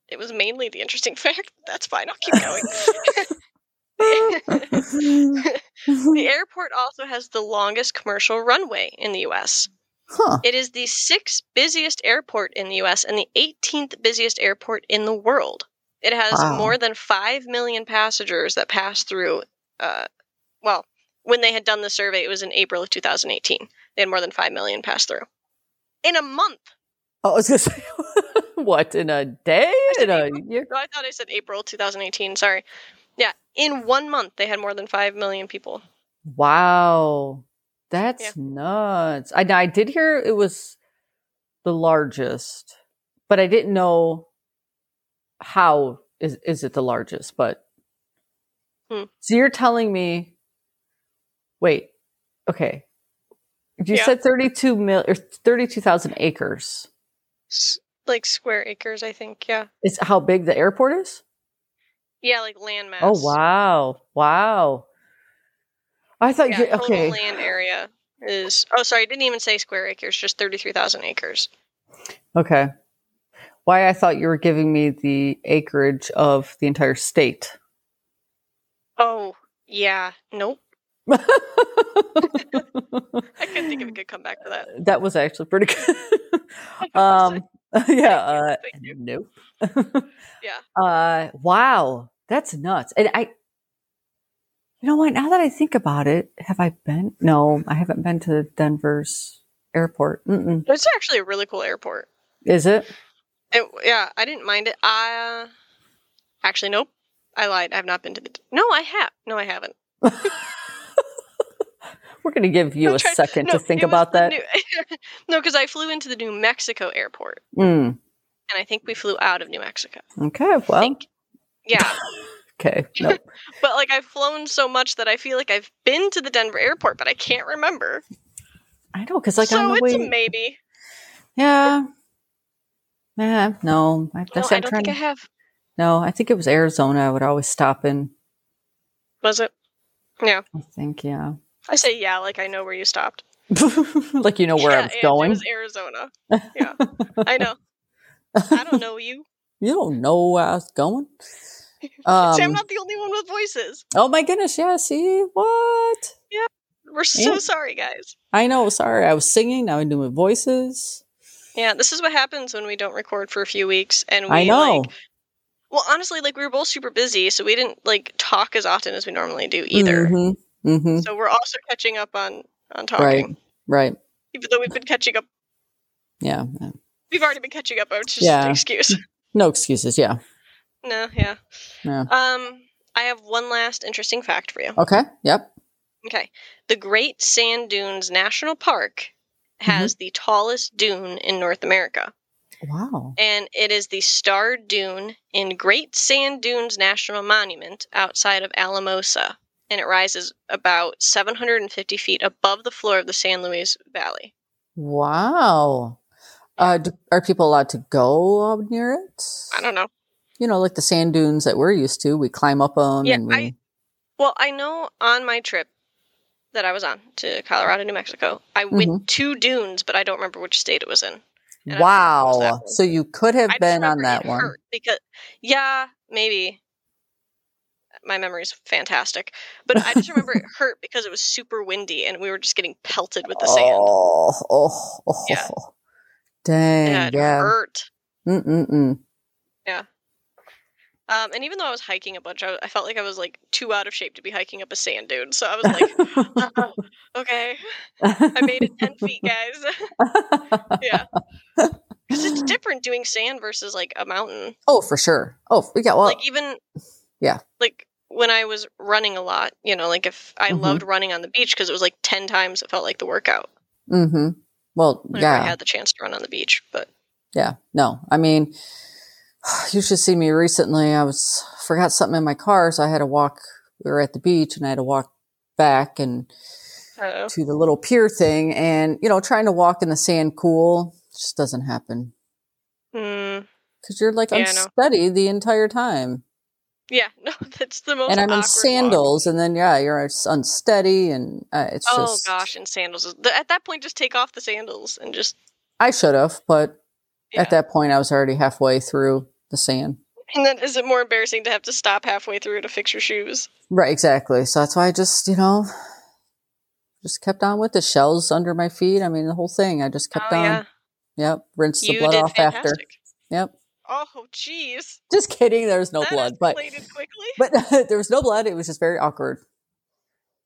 it was mainly the interesting fact. That's fine. I'll keep going. the airport also has the longest commercial runway in the U.S.
huh.
It is the sixth busiest airport in the US and the 18th busiest airport in the world. It has
Wow.
more than 5 million passengers that pass through. Uh, well, when they had done the survey, it was in April of 2018. They had more than 5 million pass through. In a month.
Oh, I was going to say, what, in a day? In
said
a
April.
year?
No, I thought I said April 2018. Sorry. Yeah. In one month, they had more than 5 million people.
Wow. That's
Yeah.
nuts. I, I did hear it was the largest, but I didn't know how is, is it the largest. But
Hmm.
so you're telling me, wait, okay. You
Yeah.
said 32 mil or 32,000 acres.
S- like square acres, I think. Yeah.
Is how big the airport is?
Yeah, like land mass.
Oh wow, wow! I thought
Yeah,
you
total
Oh, okay.
land area. is oh sorry, I didn't even say square acres, just thirty three thousand acres.
Okay. Why I thought you were giving me the acreage of the entire state.
Oh yeah, nope. I couldn't think of a good comeback for that.
that was actually pretty good. um, yeah. Uh,
Thank you.
nope.
Yeah.
Uh, wow, that's nuts. And I, you know what? Now that I think about it, have I been? No, I haven't been to Denver's airport. Mm-mm.
But It's actually a really cool airport.
Is it?
It, yeah, I didn't mind it. I uh, actually nope. I lied. I've not been to the. No, I have. No, I haven't.
We're going to give you
I'm
a
trying-
second to
no,
think
it was
about
the
that.
New- no, because I flew into the New Mexico airport,
Mm.
and I think we flew out of New Mexico.
Okay.
I
Well.
think. Yeah,
Okay. Nope.
but like I've flown so much that I feel like I've been to the Denver airport, but I can't remember.
I know because like on
so
the
it's
way.
a maybe.
yeah. Yeah. No. I,
No,
that's
I
I'm
don't
trying.
think
to-
I have.
no, I think it was Arizona. I would always stop in.
Was it? Yeah,
I think yeah.
I say yeah. Like I know where you stopped.
like you know Oh, where
yeah,
I was
and
going.
It was Arizona. Yeah, I know. I don't know you.
You don't know where I was going.
See, I'm
Um,
not the only one with voices.
oh my goodness, yeah, see what?
We're so
Yeah.
sorry, guys.
I know, sorry, I was singing, now I'm doing voices.
Yeah, this is what happens when we don't record for a few weeks and we
I know.
like well honestly like we were both super busy, so we didn't like talk as often as we normally do either.
Mm-hmm, mm-hmm,
So we're also catching up on on talking.
Right. right.
Even though we've been catching up
Yeah.
we've already been catching up, which is just
Yeah.
an excuse.
No excuses, yeah.
no, yeah.
Yeah. Oh.
Um I have one last interesting fact for you.
Okay. Yep.
Okay. The Great Sand Dunes National Park has
Mm-hmm.
the tallest dune in North America.
Wow.
and it is the Star Dune in Great Sand Dunes National Monument outside of Alamosa, and it rises about 750 feet above the floor of the San Luis Valley.
Wow. Uh, do, are people allowed to go up near it?
I don't know.
You know, like the sand dunes that we're used to. We climb up them
Yeah,
and we.
I- Well, I know on my trip that I was on to Colorado, New Mexico, I
Mm-hmm.
went two dunes, but I don't remember which state it was in. and I don't remember what
wow.
that was.
So you could have
I just
been on
remember
that
it
one.
hurt because yeah, maybe my memory's fantastic, but I just remember it hurt because it was super windy and we were just getting pelted with the sand.
Oh, oh, oh.
Yeah. Yeah,
Dang.
it
Yeah.
hurt.
Mm-mm-mm.
Um, and even though I was hiking a bunch, I, I felt like I was like too out of shape to be hiking up a sand dune. So I was like, "Oh, okay, I made it ten feet, guys. yeah, 'Cause it's different doing sand versus like a mountain.
oh, for sure. Oh, yeah. Well,
like e even
yeah.
like when i was running a lot you know like if i
Mhm.
loved running on the beach because it was like 10 times it felt like the workout
hmm Well,
whenever i
yeah.
had the chance to run on the beach but
yeah. No, I mean, you should see me recently. I was forgot something in my car, so I had to walk. We were at the beach, and I had to walk back and
uh,
to the little pier thing, and you know, trying to walk in the sand, cool, just doesn't happen
mm,
because you're like
Yeah, I know.
unsteady the entire time.
yeah no that's the most
and I'm in
awkward walk.
sandals, and then yeah, you're s- unsteady, and uh, it's
oh
just.
gosh and sandals is- th- at that point just take off the sandals and just
I should have, but
yeah.
at that point, I was already halfway through the sand.
and then is it more embarrassing to have to stop halfway through to fix your shoes
Right, exactly. So that's why I just, you know, just kept on with the shells under my feet. I mean, the whole thing. I just kept
oh
on.
yeah
Yep, rinse the
you
blood
did
off after.
fantastic
Yep.
oh jeez
Just kidding. There was no
That
blood, but
escalated quickly
but there was no blood. It was just very awkward.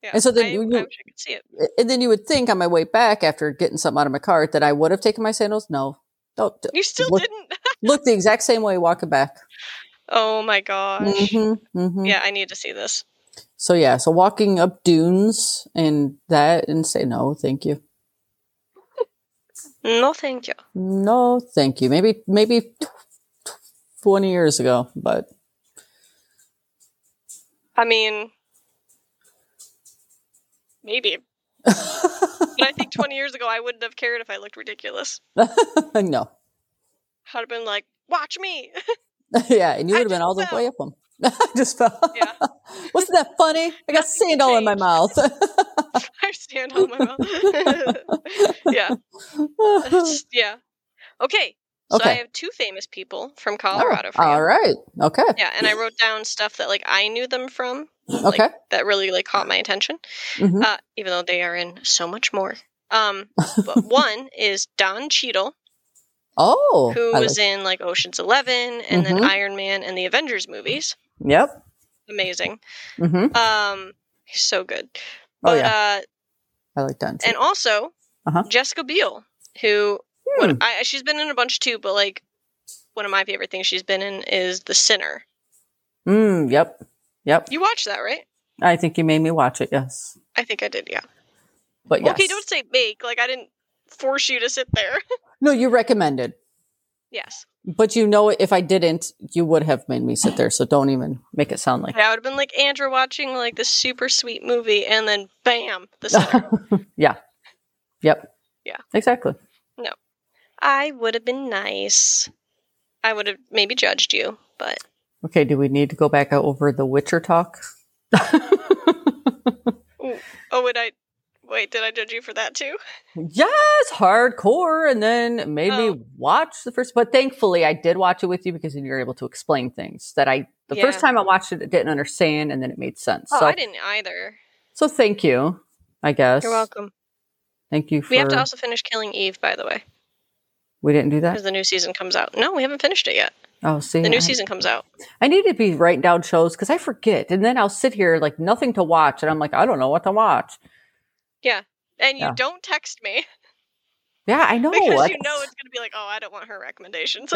yeah
and so then
I,
you-
I
you-
wish i could see it
And then you would think on my way back after getting something out of my car that I would have taken my sandals. No, no, d-
you still
look-
didn't
look the exact same way walking back.
Oh my gosh.
Mm-hmm, mm-hmm.
Yeah, I need to see this.
So yeah, so walking up dunes and that, and say no, thank you,
No, thank you.
no, thank you. Maybe maybe tw- tw- twenty years ago, but
I mean, maybe. But I think 20 years ago, I wouldn't have cared if I looked ridiculous.
no,
I'd have been like, watch me.
yeah, and you
I
would have been
just
all the
fell.
way up them. just fell.
Yeah.
Wasn't that funny? I got
Nothing
sand all in my mouth.
I stand on my mouth. yeah. That's- yeah. Okay. So I
Okay.
have two famous people from Colorado. for you.
all right. Okay.
Yeah, and I wrote down stuff that like I knew them from
Okay.
that really like caught my attention.
Mhm.
Uh, even though they are in so much more. Um, but one is Don Cheadle,
Oh.
who
I
was in like Ocean's Eleven and then
Mhm.
Iron Man and the Avengers movies.
like- Yep.
Amazing.
Mm-hmm.
Um, he's so good.
Oh
But
yeah.
uh,
I like Dante.
and also
Uh-huh.
Jessica Biel, who
Hmm.
I she's been in a bunch too, but like one of my favorite things she's been in is The Sinner.
Mm, yep. Yep.
You watched that, right?
I think you made me watch it. Yes.
I think I did. Yeah.
But yes.
Okay, don't say make. Like I didn't force you to sit there.
no, you recommended.
yes.
But you know, if I didn't, you would have made me sit there. So don't even make it sound like.
I would have been like Andrew watching like this super sweet movie, and then bam, The Sinner.
yeah. Yep.
Yeah.
Exactly.
I would have been nice. I would have maybe judged you, but
Okay. Do we need to go back over the Witcher talk?
oh, would I? Wait, did I judge you for that too?
Yes, hardcore, and then it made me
Oh.
watch the first. But thankfully, I did watch it with you because then you were able to explain things that I the
Yeah.
first time I watched it, I didn't understand, and then it made sense.
Oh,
so,
I didn't either.
so thank you. I guess
You're welcome.
Thank you for.
We have to also finish Killing Eve, by the way,
we didn't do
because
that.
the new season comes out. No, we haven't finished it yet.
Oh, see,
The
I,
new season comes out.
I need to be writing down shows because I forget, and then I'll sit here like nothing to watch, and I'm like, I don't know what to watch.
And you
Yeah.
don't text me
Yeah, I know.
because you know
I-
it's going to be like, oh, I don't want her recommendations.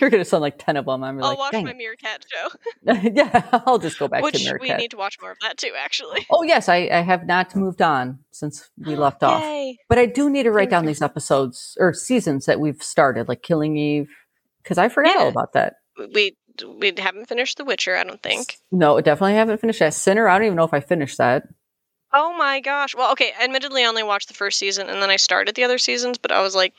You're gonna sound like ten of them. I'm
I'll
like,
watch
dang
my Meerkat show,
it. yeah, I'll just go back to
which
America.
we need to watch more of that too, actually.
Oh yes, I, I have not moved on since we left off.
Yay.
But I do need to write
Thank
down
you.
these episodes or seasons that we've started, like Killing Eve, because I forgot all
Yeah.
about that.
We we haven't finished The Witcher, I don't think.
No, I definitely haven't finished that. Sinner, I don't even know if I finished that.
Oh my gosh. Well, okay, admittedly I only watched the first season and then I started the other seasons, but I was like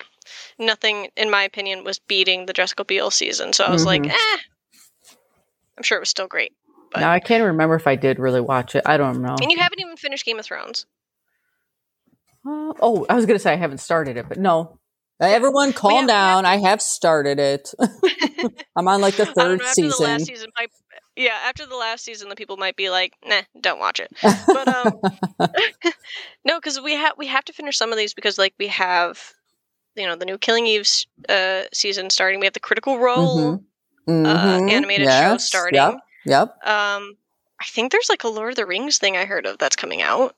nothing in my opinion was beating the Jessica Biel season. So I was like,
Mhm.
eh. I'm sure it was still great. But-
Now I can't remember if I did really watch it. I don't know.
And you haven't even finished Game of Thrones.
Uh, oh, I was gonna say I haven't started it, but no. Everyone, calm
have-
down. I have started it. I'm on like the
I don't
third
know, after the
season.
last season I, yeah, after the last season the people might be like, nah, don't watch it. But um No, because we have we have to finish some of these because like we have you know, the new Killing Eve s- uh, season starting. We have the Critical Role
Mhm.
uh,
Mhm.
animated show
Yes.
starting.
Yep. Yep.
Um, I think there's like a Lord of the Rings thing I heard of that's coming out,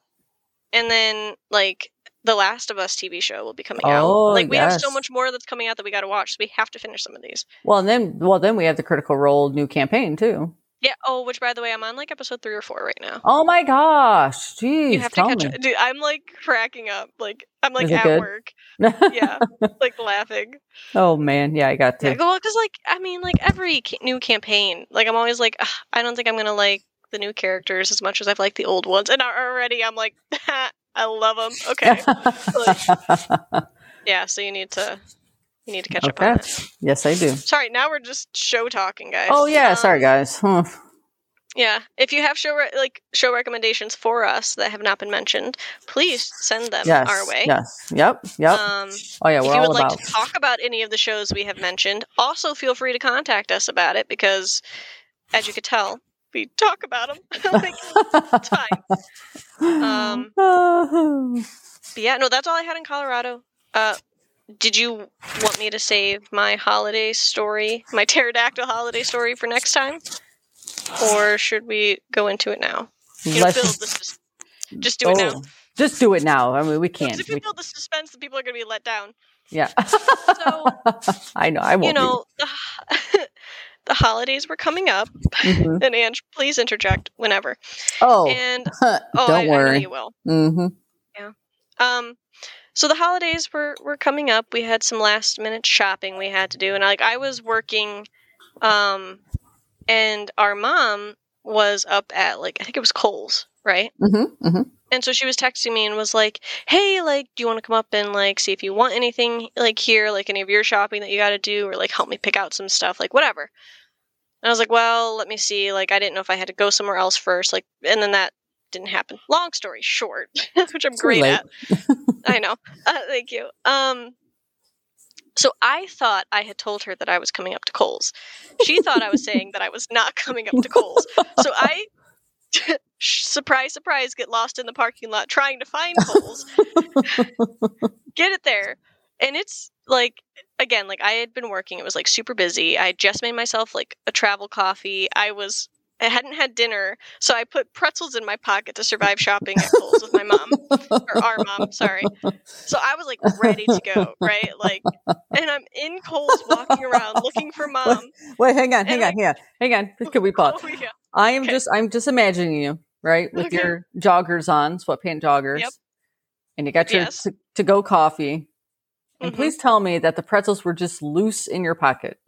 and then like the Last of Us TV show will be coming out.
Oh,
Like we have so
yes.
much more that's coming out that we got to watch, so we have to finish some of these.
Well, and then well, then we have the Critical Role new campaign too.
Yeah. Oh, which by the way, I'm on like episode three or four right now.
Oh my gosh. Jeez.
you have to
tell
catch
me.
up. Dude, I'm like cracking up. Like I'm like
Is it
at
good?
work. Yeah, like laughing.
oh man. Yeah, I got to.
Yeah, well, because like I mean, like every ca- new campaign, like I'm always like, "Ugh, I don't think I'm gonna like the new characters as much as I've liked the old ones, and al- already I'm like, I love them. Okay, yeah. So you need to you need to catch up on
okay.
that.
Yes, I do.
Sorry, now we're just show talking, guys.
Oh yeah.
Um,
Sorry, guys. Huh.
Yeah, if you have show re- like show recommendations for us that have not been mentioned, please send them
Yes.
our way.
Yes. Yep. Yep.
Um,
oh yeah.
if
We're
you would
all
like
about.
to talk about any of the shows we have mentioned, also feel free to contact us about it because, as you could tell, we talk about them like it's fine. um, But yeah, no, that's all I had in Colorado. Uh, did you want me to save my holiday story, my pterodactyl holiday story, for next time, or should we go into it now? You know,
Let's
build the sus- just do it now.
oh, Just do it now. I mean, we can't.
Because if
We-
we build the suspense, the people are going to be let down.
yeah.
So
I know. I won't.
you
be-
know, the, h- the holidays were coming up,
Mhm.
and Ange, please interject whenever.
Oh.
And oh,
don't
I, I know
worry.
you will.
hmm
Um, so the holidays were were coming up. We had some last minute shopping we had to do, and like I was working, um, and our mom was up at like I think it was Kohl's, right?
hmm hmm
And so she was texting me and was like, "Hey, like, do you want to come up and like see if you want anything like here, like any of your shopping that you got to do, or like help me pick out some stuff, like whatever." And I was like, well, let me see. Like, I didn't know if I had to go somewhere else first. Like, and then that didn't happen. Long story short, which I'm
Too
great
late.
at. I know. Uh, thank you. Um, so I thought I had told her that I was coming up to Coles. She thought I was saying that I was not coming up to Coles. So I, surprise, surprise, get lost in the parking lot trying to find Coles. get it there, and it's like again, like I had been working. It was like super busy. I had just made myself like a travel coffee. I was. I hadn't had dinner, so I put pretzels in my pocket to survive shopping at Kohl's with my mom or our mom, sorry. So I was like ready to go, right? Like, and I'm in Coles walking around looking for mom.
Wait, hang on,
And
hang on, hang on, hang on. Can we pause?
Oh yeah,
I am
Okay.
just I'm just imagining you, right? With
Okay.
your joggers on, sweatpant joggers.
Yep.
And you got your
Yes.
to, to go coffee. And
Mhm.
please tell me that the pretzels were just loose in your pocket.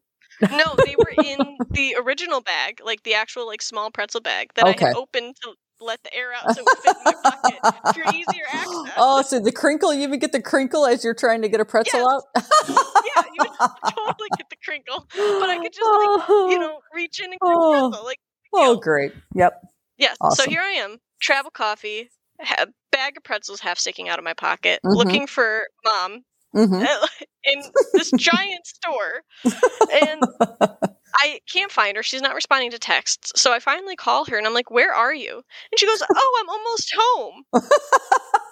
No, they were in the original bag, like the actual like small pretzel bag that I
Okay.
had opened to let the air out so it would fit in my pocket for easier access.
oh, so the crinkle, you even get the crinkle as you're trying to get a pretzel
Yes.
out?
Yeah, you would totally get the crinkle, but I could just like you know reach in and grab a
Oh.
pretzel, like
Oh, great. Yep.
Yes.
Awesome.
So here I am, travel coffee, a bag of pretzels half sticking out of my pocket,
Mhm.
looking for mom
hmm
in this giant store. And I can't find her. She's not responding to texts. So I finally call her and I'm like, Where are you? And she goes, Oh, I'm almost home.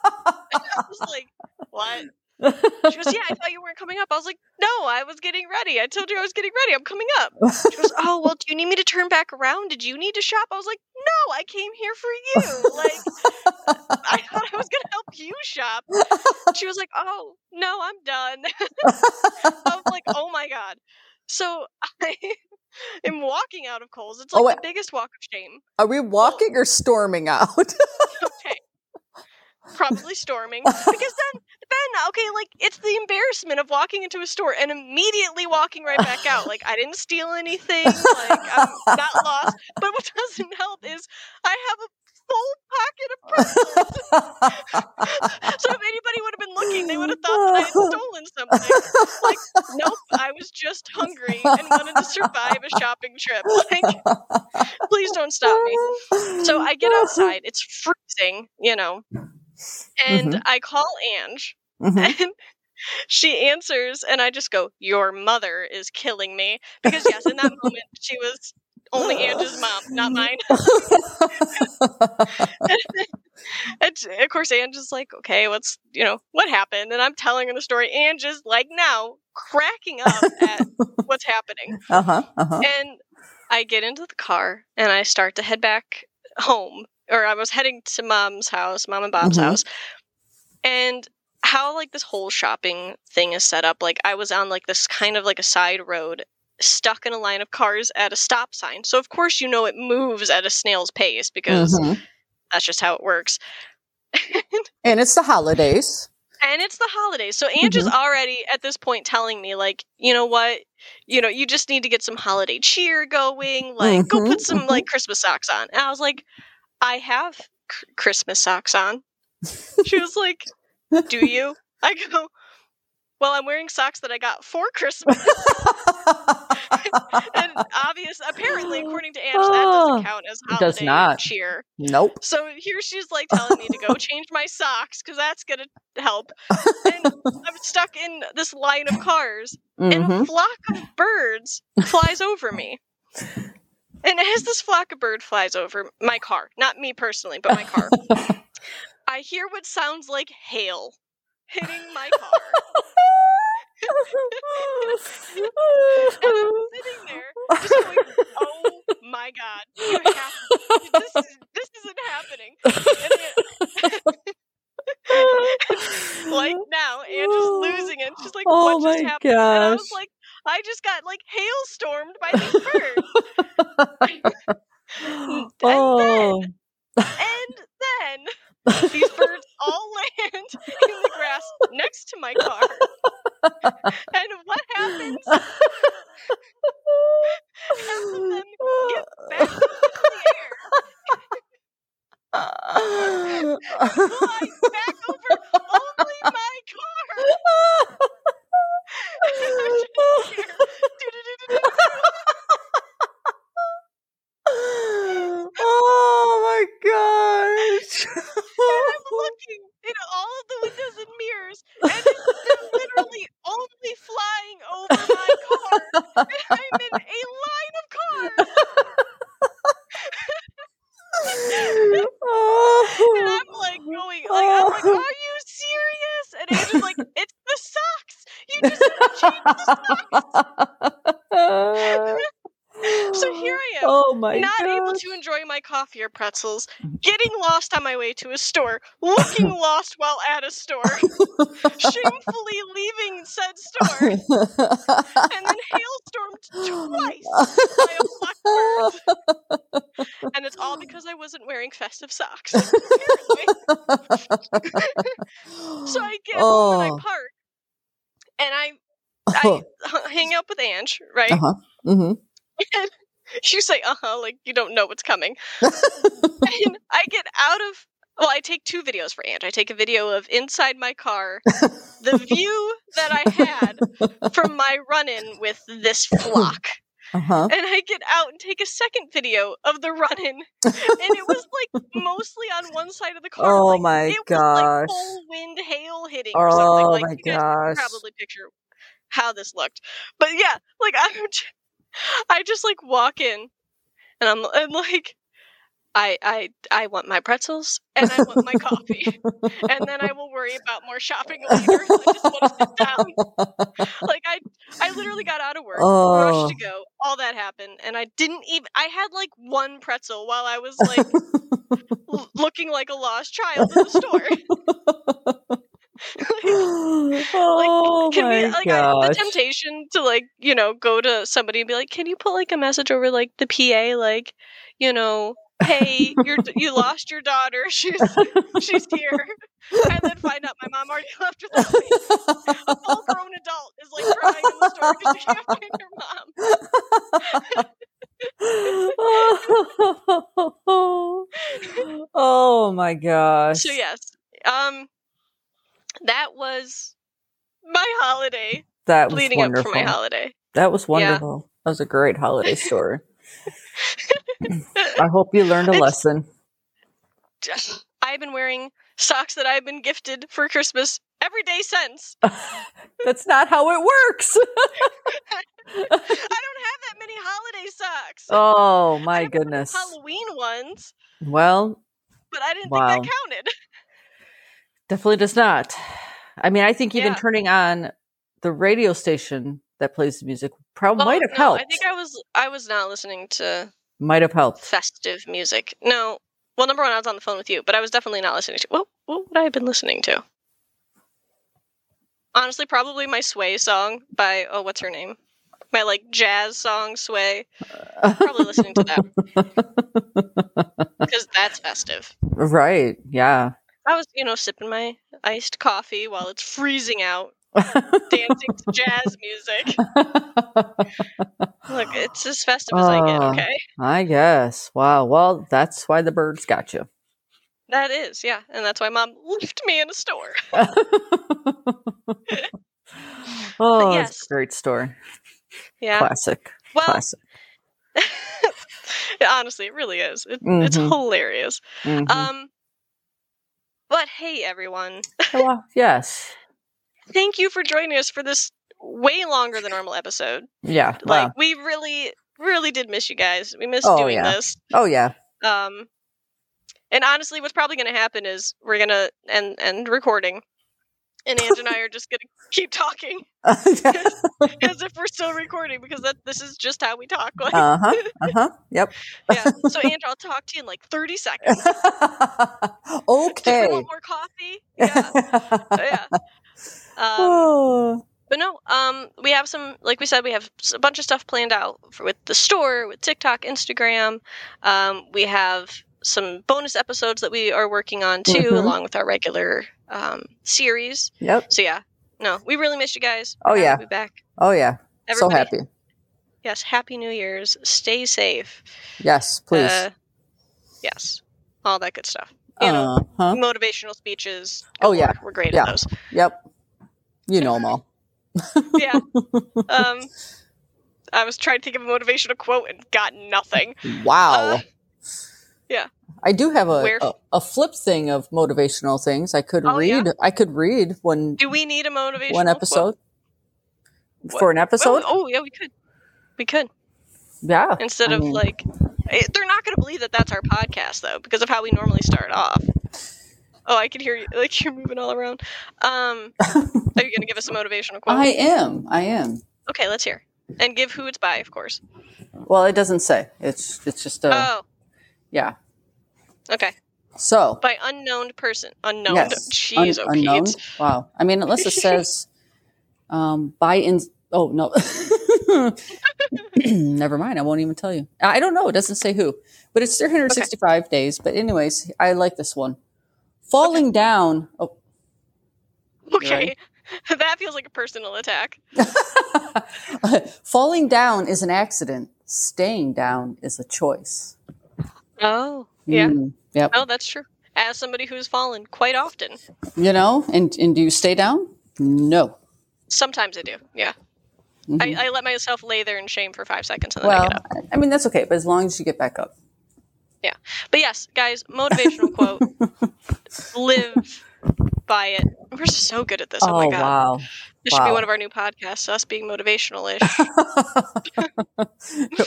I was like, What? She goes, Yeah, I thought you weren't coming up. I was like, No, I was getting ready. I told you I was getting ready. I'm coming up. She goes, Oh, well, do you need me to turn back around? Did you need to shop? I was like, No, I came here for you. Like, I thought I was going to help you shop. She was like, Oh, no, I'm done. I'm like, Oh my God. So I am walking out of Kohl's. It's
Oh,
like
wait.
the biggest walk of shame.
Are we walking or storming out?
Okay. Probably storming. Because then, then, okay, like, it's the embarrassment of walking into a store and immediately walking right back out. Like, I didn't steal anything. Like, I'm not lost. But what doesn't help is I have a full pocket of So if anybody would have been looking, they would have thought that I had stolen something. Nope, I was just hungry and wanted to survive a shopping trip. Like, please don't stop me. So I get outside. It's freezing, you know, and
Mhm.
I call Ange,
Mhm.
and she answers, and I just go, "Your mother is killing me," because yes, in that moment she was only Ange's mom, not mine. And of course, Ange is like, okay, what's, you know, what happened? And I'm telling her the story. Ange is like now cracking up at what's happening.
Uh-huh. Uh-huh.
And I get into the car and I start to head back home, or I was heading to mom's house, mom and Bob's
Mhm.
house. And how like this whole shopping thing is set up, like I was on like this kind of like a side road stuck in a line of cars at a stop sign. So of course you know it moves at a snail's pace because
Mhm.
that's just how it works.
And it's the holidays.
And it's the holidays. So Ange
Mm-hmm.
is already at this point telling me, like, you know what? You know, you just need to get some holiday cheer going. Like, go
Mhm,
put some,
mhm.
like, Christmas socks on. And I was like, I have cr- Christmas socks on. She was like, Do you? I go, Well, I'm wearing socks that I got for Christmas. And obvious, apparently, according to Ange, that
Oh.
doesn't count as
It
holiday
does not.
cheer.
nope.
So here she's like telling me to go change my socks because that's gonna help. And I'm stuck in this line of cars, and
Mhm.
a flock of birds flies over me. And as this flock of bird flies over my car, not me personally, but my car, I hear what sounds like hail hitting my car. Sitting there, just going, "Oh my god, you have this, is, this isn't happening." And then- like now,
Oh.
Andrew's losing it. She's like,
oh
"What just
my
happened?" And I
gosh.
was like, "I just got like hailstormed by these birds." and
oh.
and then these birds all land in the grass next to my car. and what happens?
Oh.
Half of them get back in the air, fly back over only my car. I'm just here. Do-do-do-do-do.
Oh
I'm in a line of cars. And
oh.
I'm like going, like, I'm like, are you serious? And Andrew's like, it's the socks. You just So here I am,
Uh, Oh my
not
god.
able to enjoy my coffee or pretzels, getting lost on my way to a store, looking lost while at a store, shamefully leaving said store, and then hailstormed twice by a blackbird. And it's all because I wasn't wearing festive socks. apparently. So I get home
Oh.
and I park, and I, I h- hang up with Ange, right?
Uh-huh. hmm
She's like, uh huh, like you don't know what's coming. and I get out of, well, I take two videos for Ange. I take a video of inside my car, the view that I had from my run in with this flock.
Uh-huh.
And I get out and take a second video of the run in. And it was like mostly on one side of the car.
Oh
like,
my
it
gosh.
Was, like, full wind hail hitting or something.
Oh
Like,
my
you
gosh.
guys probably picture how this looked. But yeah, like I, would ju- I just like walk in, and I'm, I'm like, I, I, I want my pretzels and I want my coffee, and then I will worry about more shopping later. I just want to sit down. Like I, I literally got out of work,
Oh.
rushed to go. All that happened, and I didn't even. I had like one pretzel while I was like l- looking like a lost child in the store.
oh
Can
my
we like I, the
gosh.
temptation to like you know go to somebody and be like, can you put like a message over like the PA like you know, hey, you you lost your daughter, she's she's here, and then find out my mom already left her. That way. A full grown adult is like crying in the store because she can't find her mom.
oh my gosh.
So yes, um, that was my holiday
that was
leading
wonderful.
up for my holiday.
That was
Yeah.
wonderful. That was a great holiday story. I hope you learned a
It's-
lesson.
I've been wearing socks that I've been gifted for Christmas every day since.
That's not how it works.
I don't have that many holiday socks.
Oh
I
my
have a couple
goodness.
Halloween ones,
Well,
but I didn't
Wow.
think that counted.
definitely does not. I mean, I think even
Yeah.
turning on the radio station that plays the music probably
Oh,
might have
no,
helped.
I think I was I was not listening to
might have helped.
festive music. No. Well, number one, I was on the phone with you, but I was definitely not listening to. What what would I have been listening to? Honestly, probably my Sway song by oh, what's her name? My like jazz song Sway. Probably listening to that because that's festive.
right. Yeah.
I was, you know, sipping my iced coffee while it's freezing out, dancing to jazz music. Look, it's as festive as I get,
Ah.
okay?
I guess. Wow. Well, that's why the birds got you.
That is, yeah. And that's why mom left me in a store.
oh,
yes.
it's a great story.
Yeah.
Classic.
well,
Classic.
honestly, it really is. It, It's
Mhm.
hilarious.
Mhm.
Um, but hey, everyone.
Well, Oh, yes.
Thank you for joining us for this way longer than normal episode.
Yeah.
Like,
wow.
we really, really did miss you guys. We missed
Oh,
doing
yeah.
this.
Oh yeah.
Um, and honestly, what's probably going to happen is we're going to end end recording, and Ange and I are just going to keep talking
Uh-huh.
as if we're still recording because that this is just how we talk. Like,
Uh huh. Uh huh. Yep.
yeah. So, Ange, I'll talk to you in like thirty seconds. Did
okay.
you want more coffee? Yeah, Oh, yeah. Um,
Oh.
but no, um, we have some, like we said, we have s- a bunch of stuff planned out for, with the store, with TikTok, Instagram. Um, we have some bonus episodes that we are working on too,
Mhm.
along with our regular um, series.
Yep.
So yeah, no, we really miss you guys.
Oh,
Glad
yeah.
to be back.
Oh yeah. So
Everybody,
happy.
Yes, happy New Year's. Stay safe.
Yes, please.
Uh, yes, all that good stuff. You know,
Uh-huh.
motivational speeches.
Oh,
Good
yeah.
lord, we're great
Yeah.
at those.
Yep. You know them all.
Yeah. um, I was trying to think of a motivational quote and got nothing.
Wow.
Uh, yeah.
I do have a,
Where-
a a flip thing of motivational things. I could
Oh, yeah?
read. I could read one
Do we need a motivational
one
quote?
episode
What-
for an
Oh,
episode.
oh yeah, we could. We could
Yeah.
instead
I
of
mean-
like it, they're not going to believe that that's our podcast though because of how we normally start off oh i can hear you like you're moving all around um are you going to give us a motivational quote
I am. I am.
okay let's hear and give who it's by of course
Well, it doesn't say. It's it's just a
oh
yeah.
okay
So
by unknown person unknown
yes,
jeez
un-
okay
unknown.
it's-
Wow. I mean, unless it says um, by in. Oh no. Never mind. I won't even tell you. I don't know. It doesn't say who, but it's 365 days. But anyways, I like this one. Falling down. Oh,
okay that feels like a personal attack
falling down is an accident. Staying down is a choice.
oh yeah
Mm, yep.
oh that's true as somebody who's fallen quite often
You know, and and do you stay down? No.
sometimes i do yeah
Mhm.
I, I let myself lay there in shame for five seconds and then i
well,
get up
I, I mean that's okay, but as long as you get back up.
But yes, guys, motivational quote. Live by it. We're so good at this. Oh, my god.
wow.
This should be
wow.
one of our new podcasts, us being motivational ish.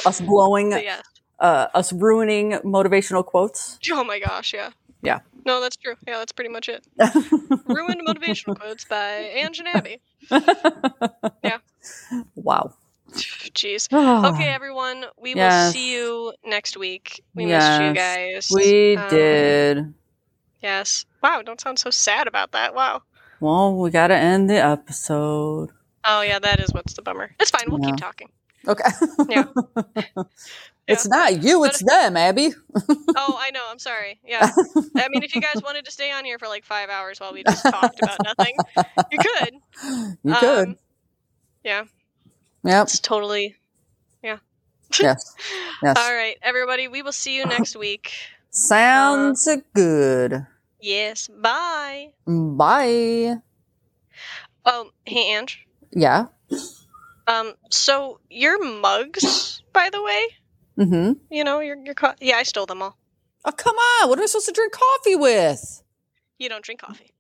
us blowing,
yeah.
uh, us ruining motivational quotes.
Oh my gosh, yeah.
Yeah.
No, that's true. Yeah, that's pretty much it. Ruined motivational quotes by Ange and Abby.
Wow.
Jeez. Okay,
okay.
everyone. We will
Um, Yes.
see you next week. We missed you
Yes,
guys.
We
Um,
did.
Yes. Wow, don't sound so sad about that. Wow.
Well, we got to end the episode.
Oh yeah, that is what's the bummer. It's fine, we'll
Yeah.
keep talking.
Okay.
Yeah.
It's not you, it's them, Abby.
Oh, I know. I'm sorry. Yeah. I mean, if you guys wanted to stay on here for like five hours while we just talked about nothing, you could.
You
um,
could.
yeah.
Yep.
It's totally.
Yes. Yes.
All right, everybody. We will see you next week.
Sounds
Uh,
good.
Yes. Bye.
Bye.
Oh, hey, Ange.
Yeah.
Um. So your mugs, by the way,
Mm-hmm.
you know your your co- yeah, I stole them all.
Oh, come on. What am I supposed to drink coffee with?
You don't drink coffee.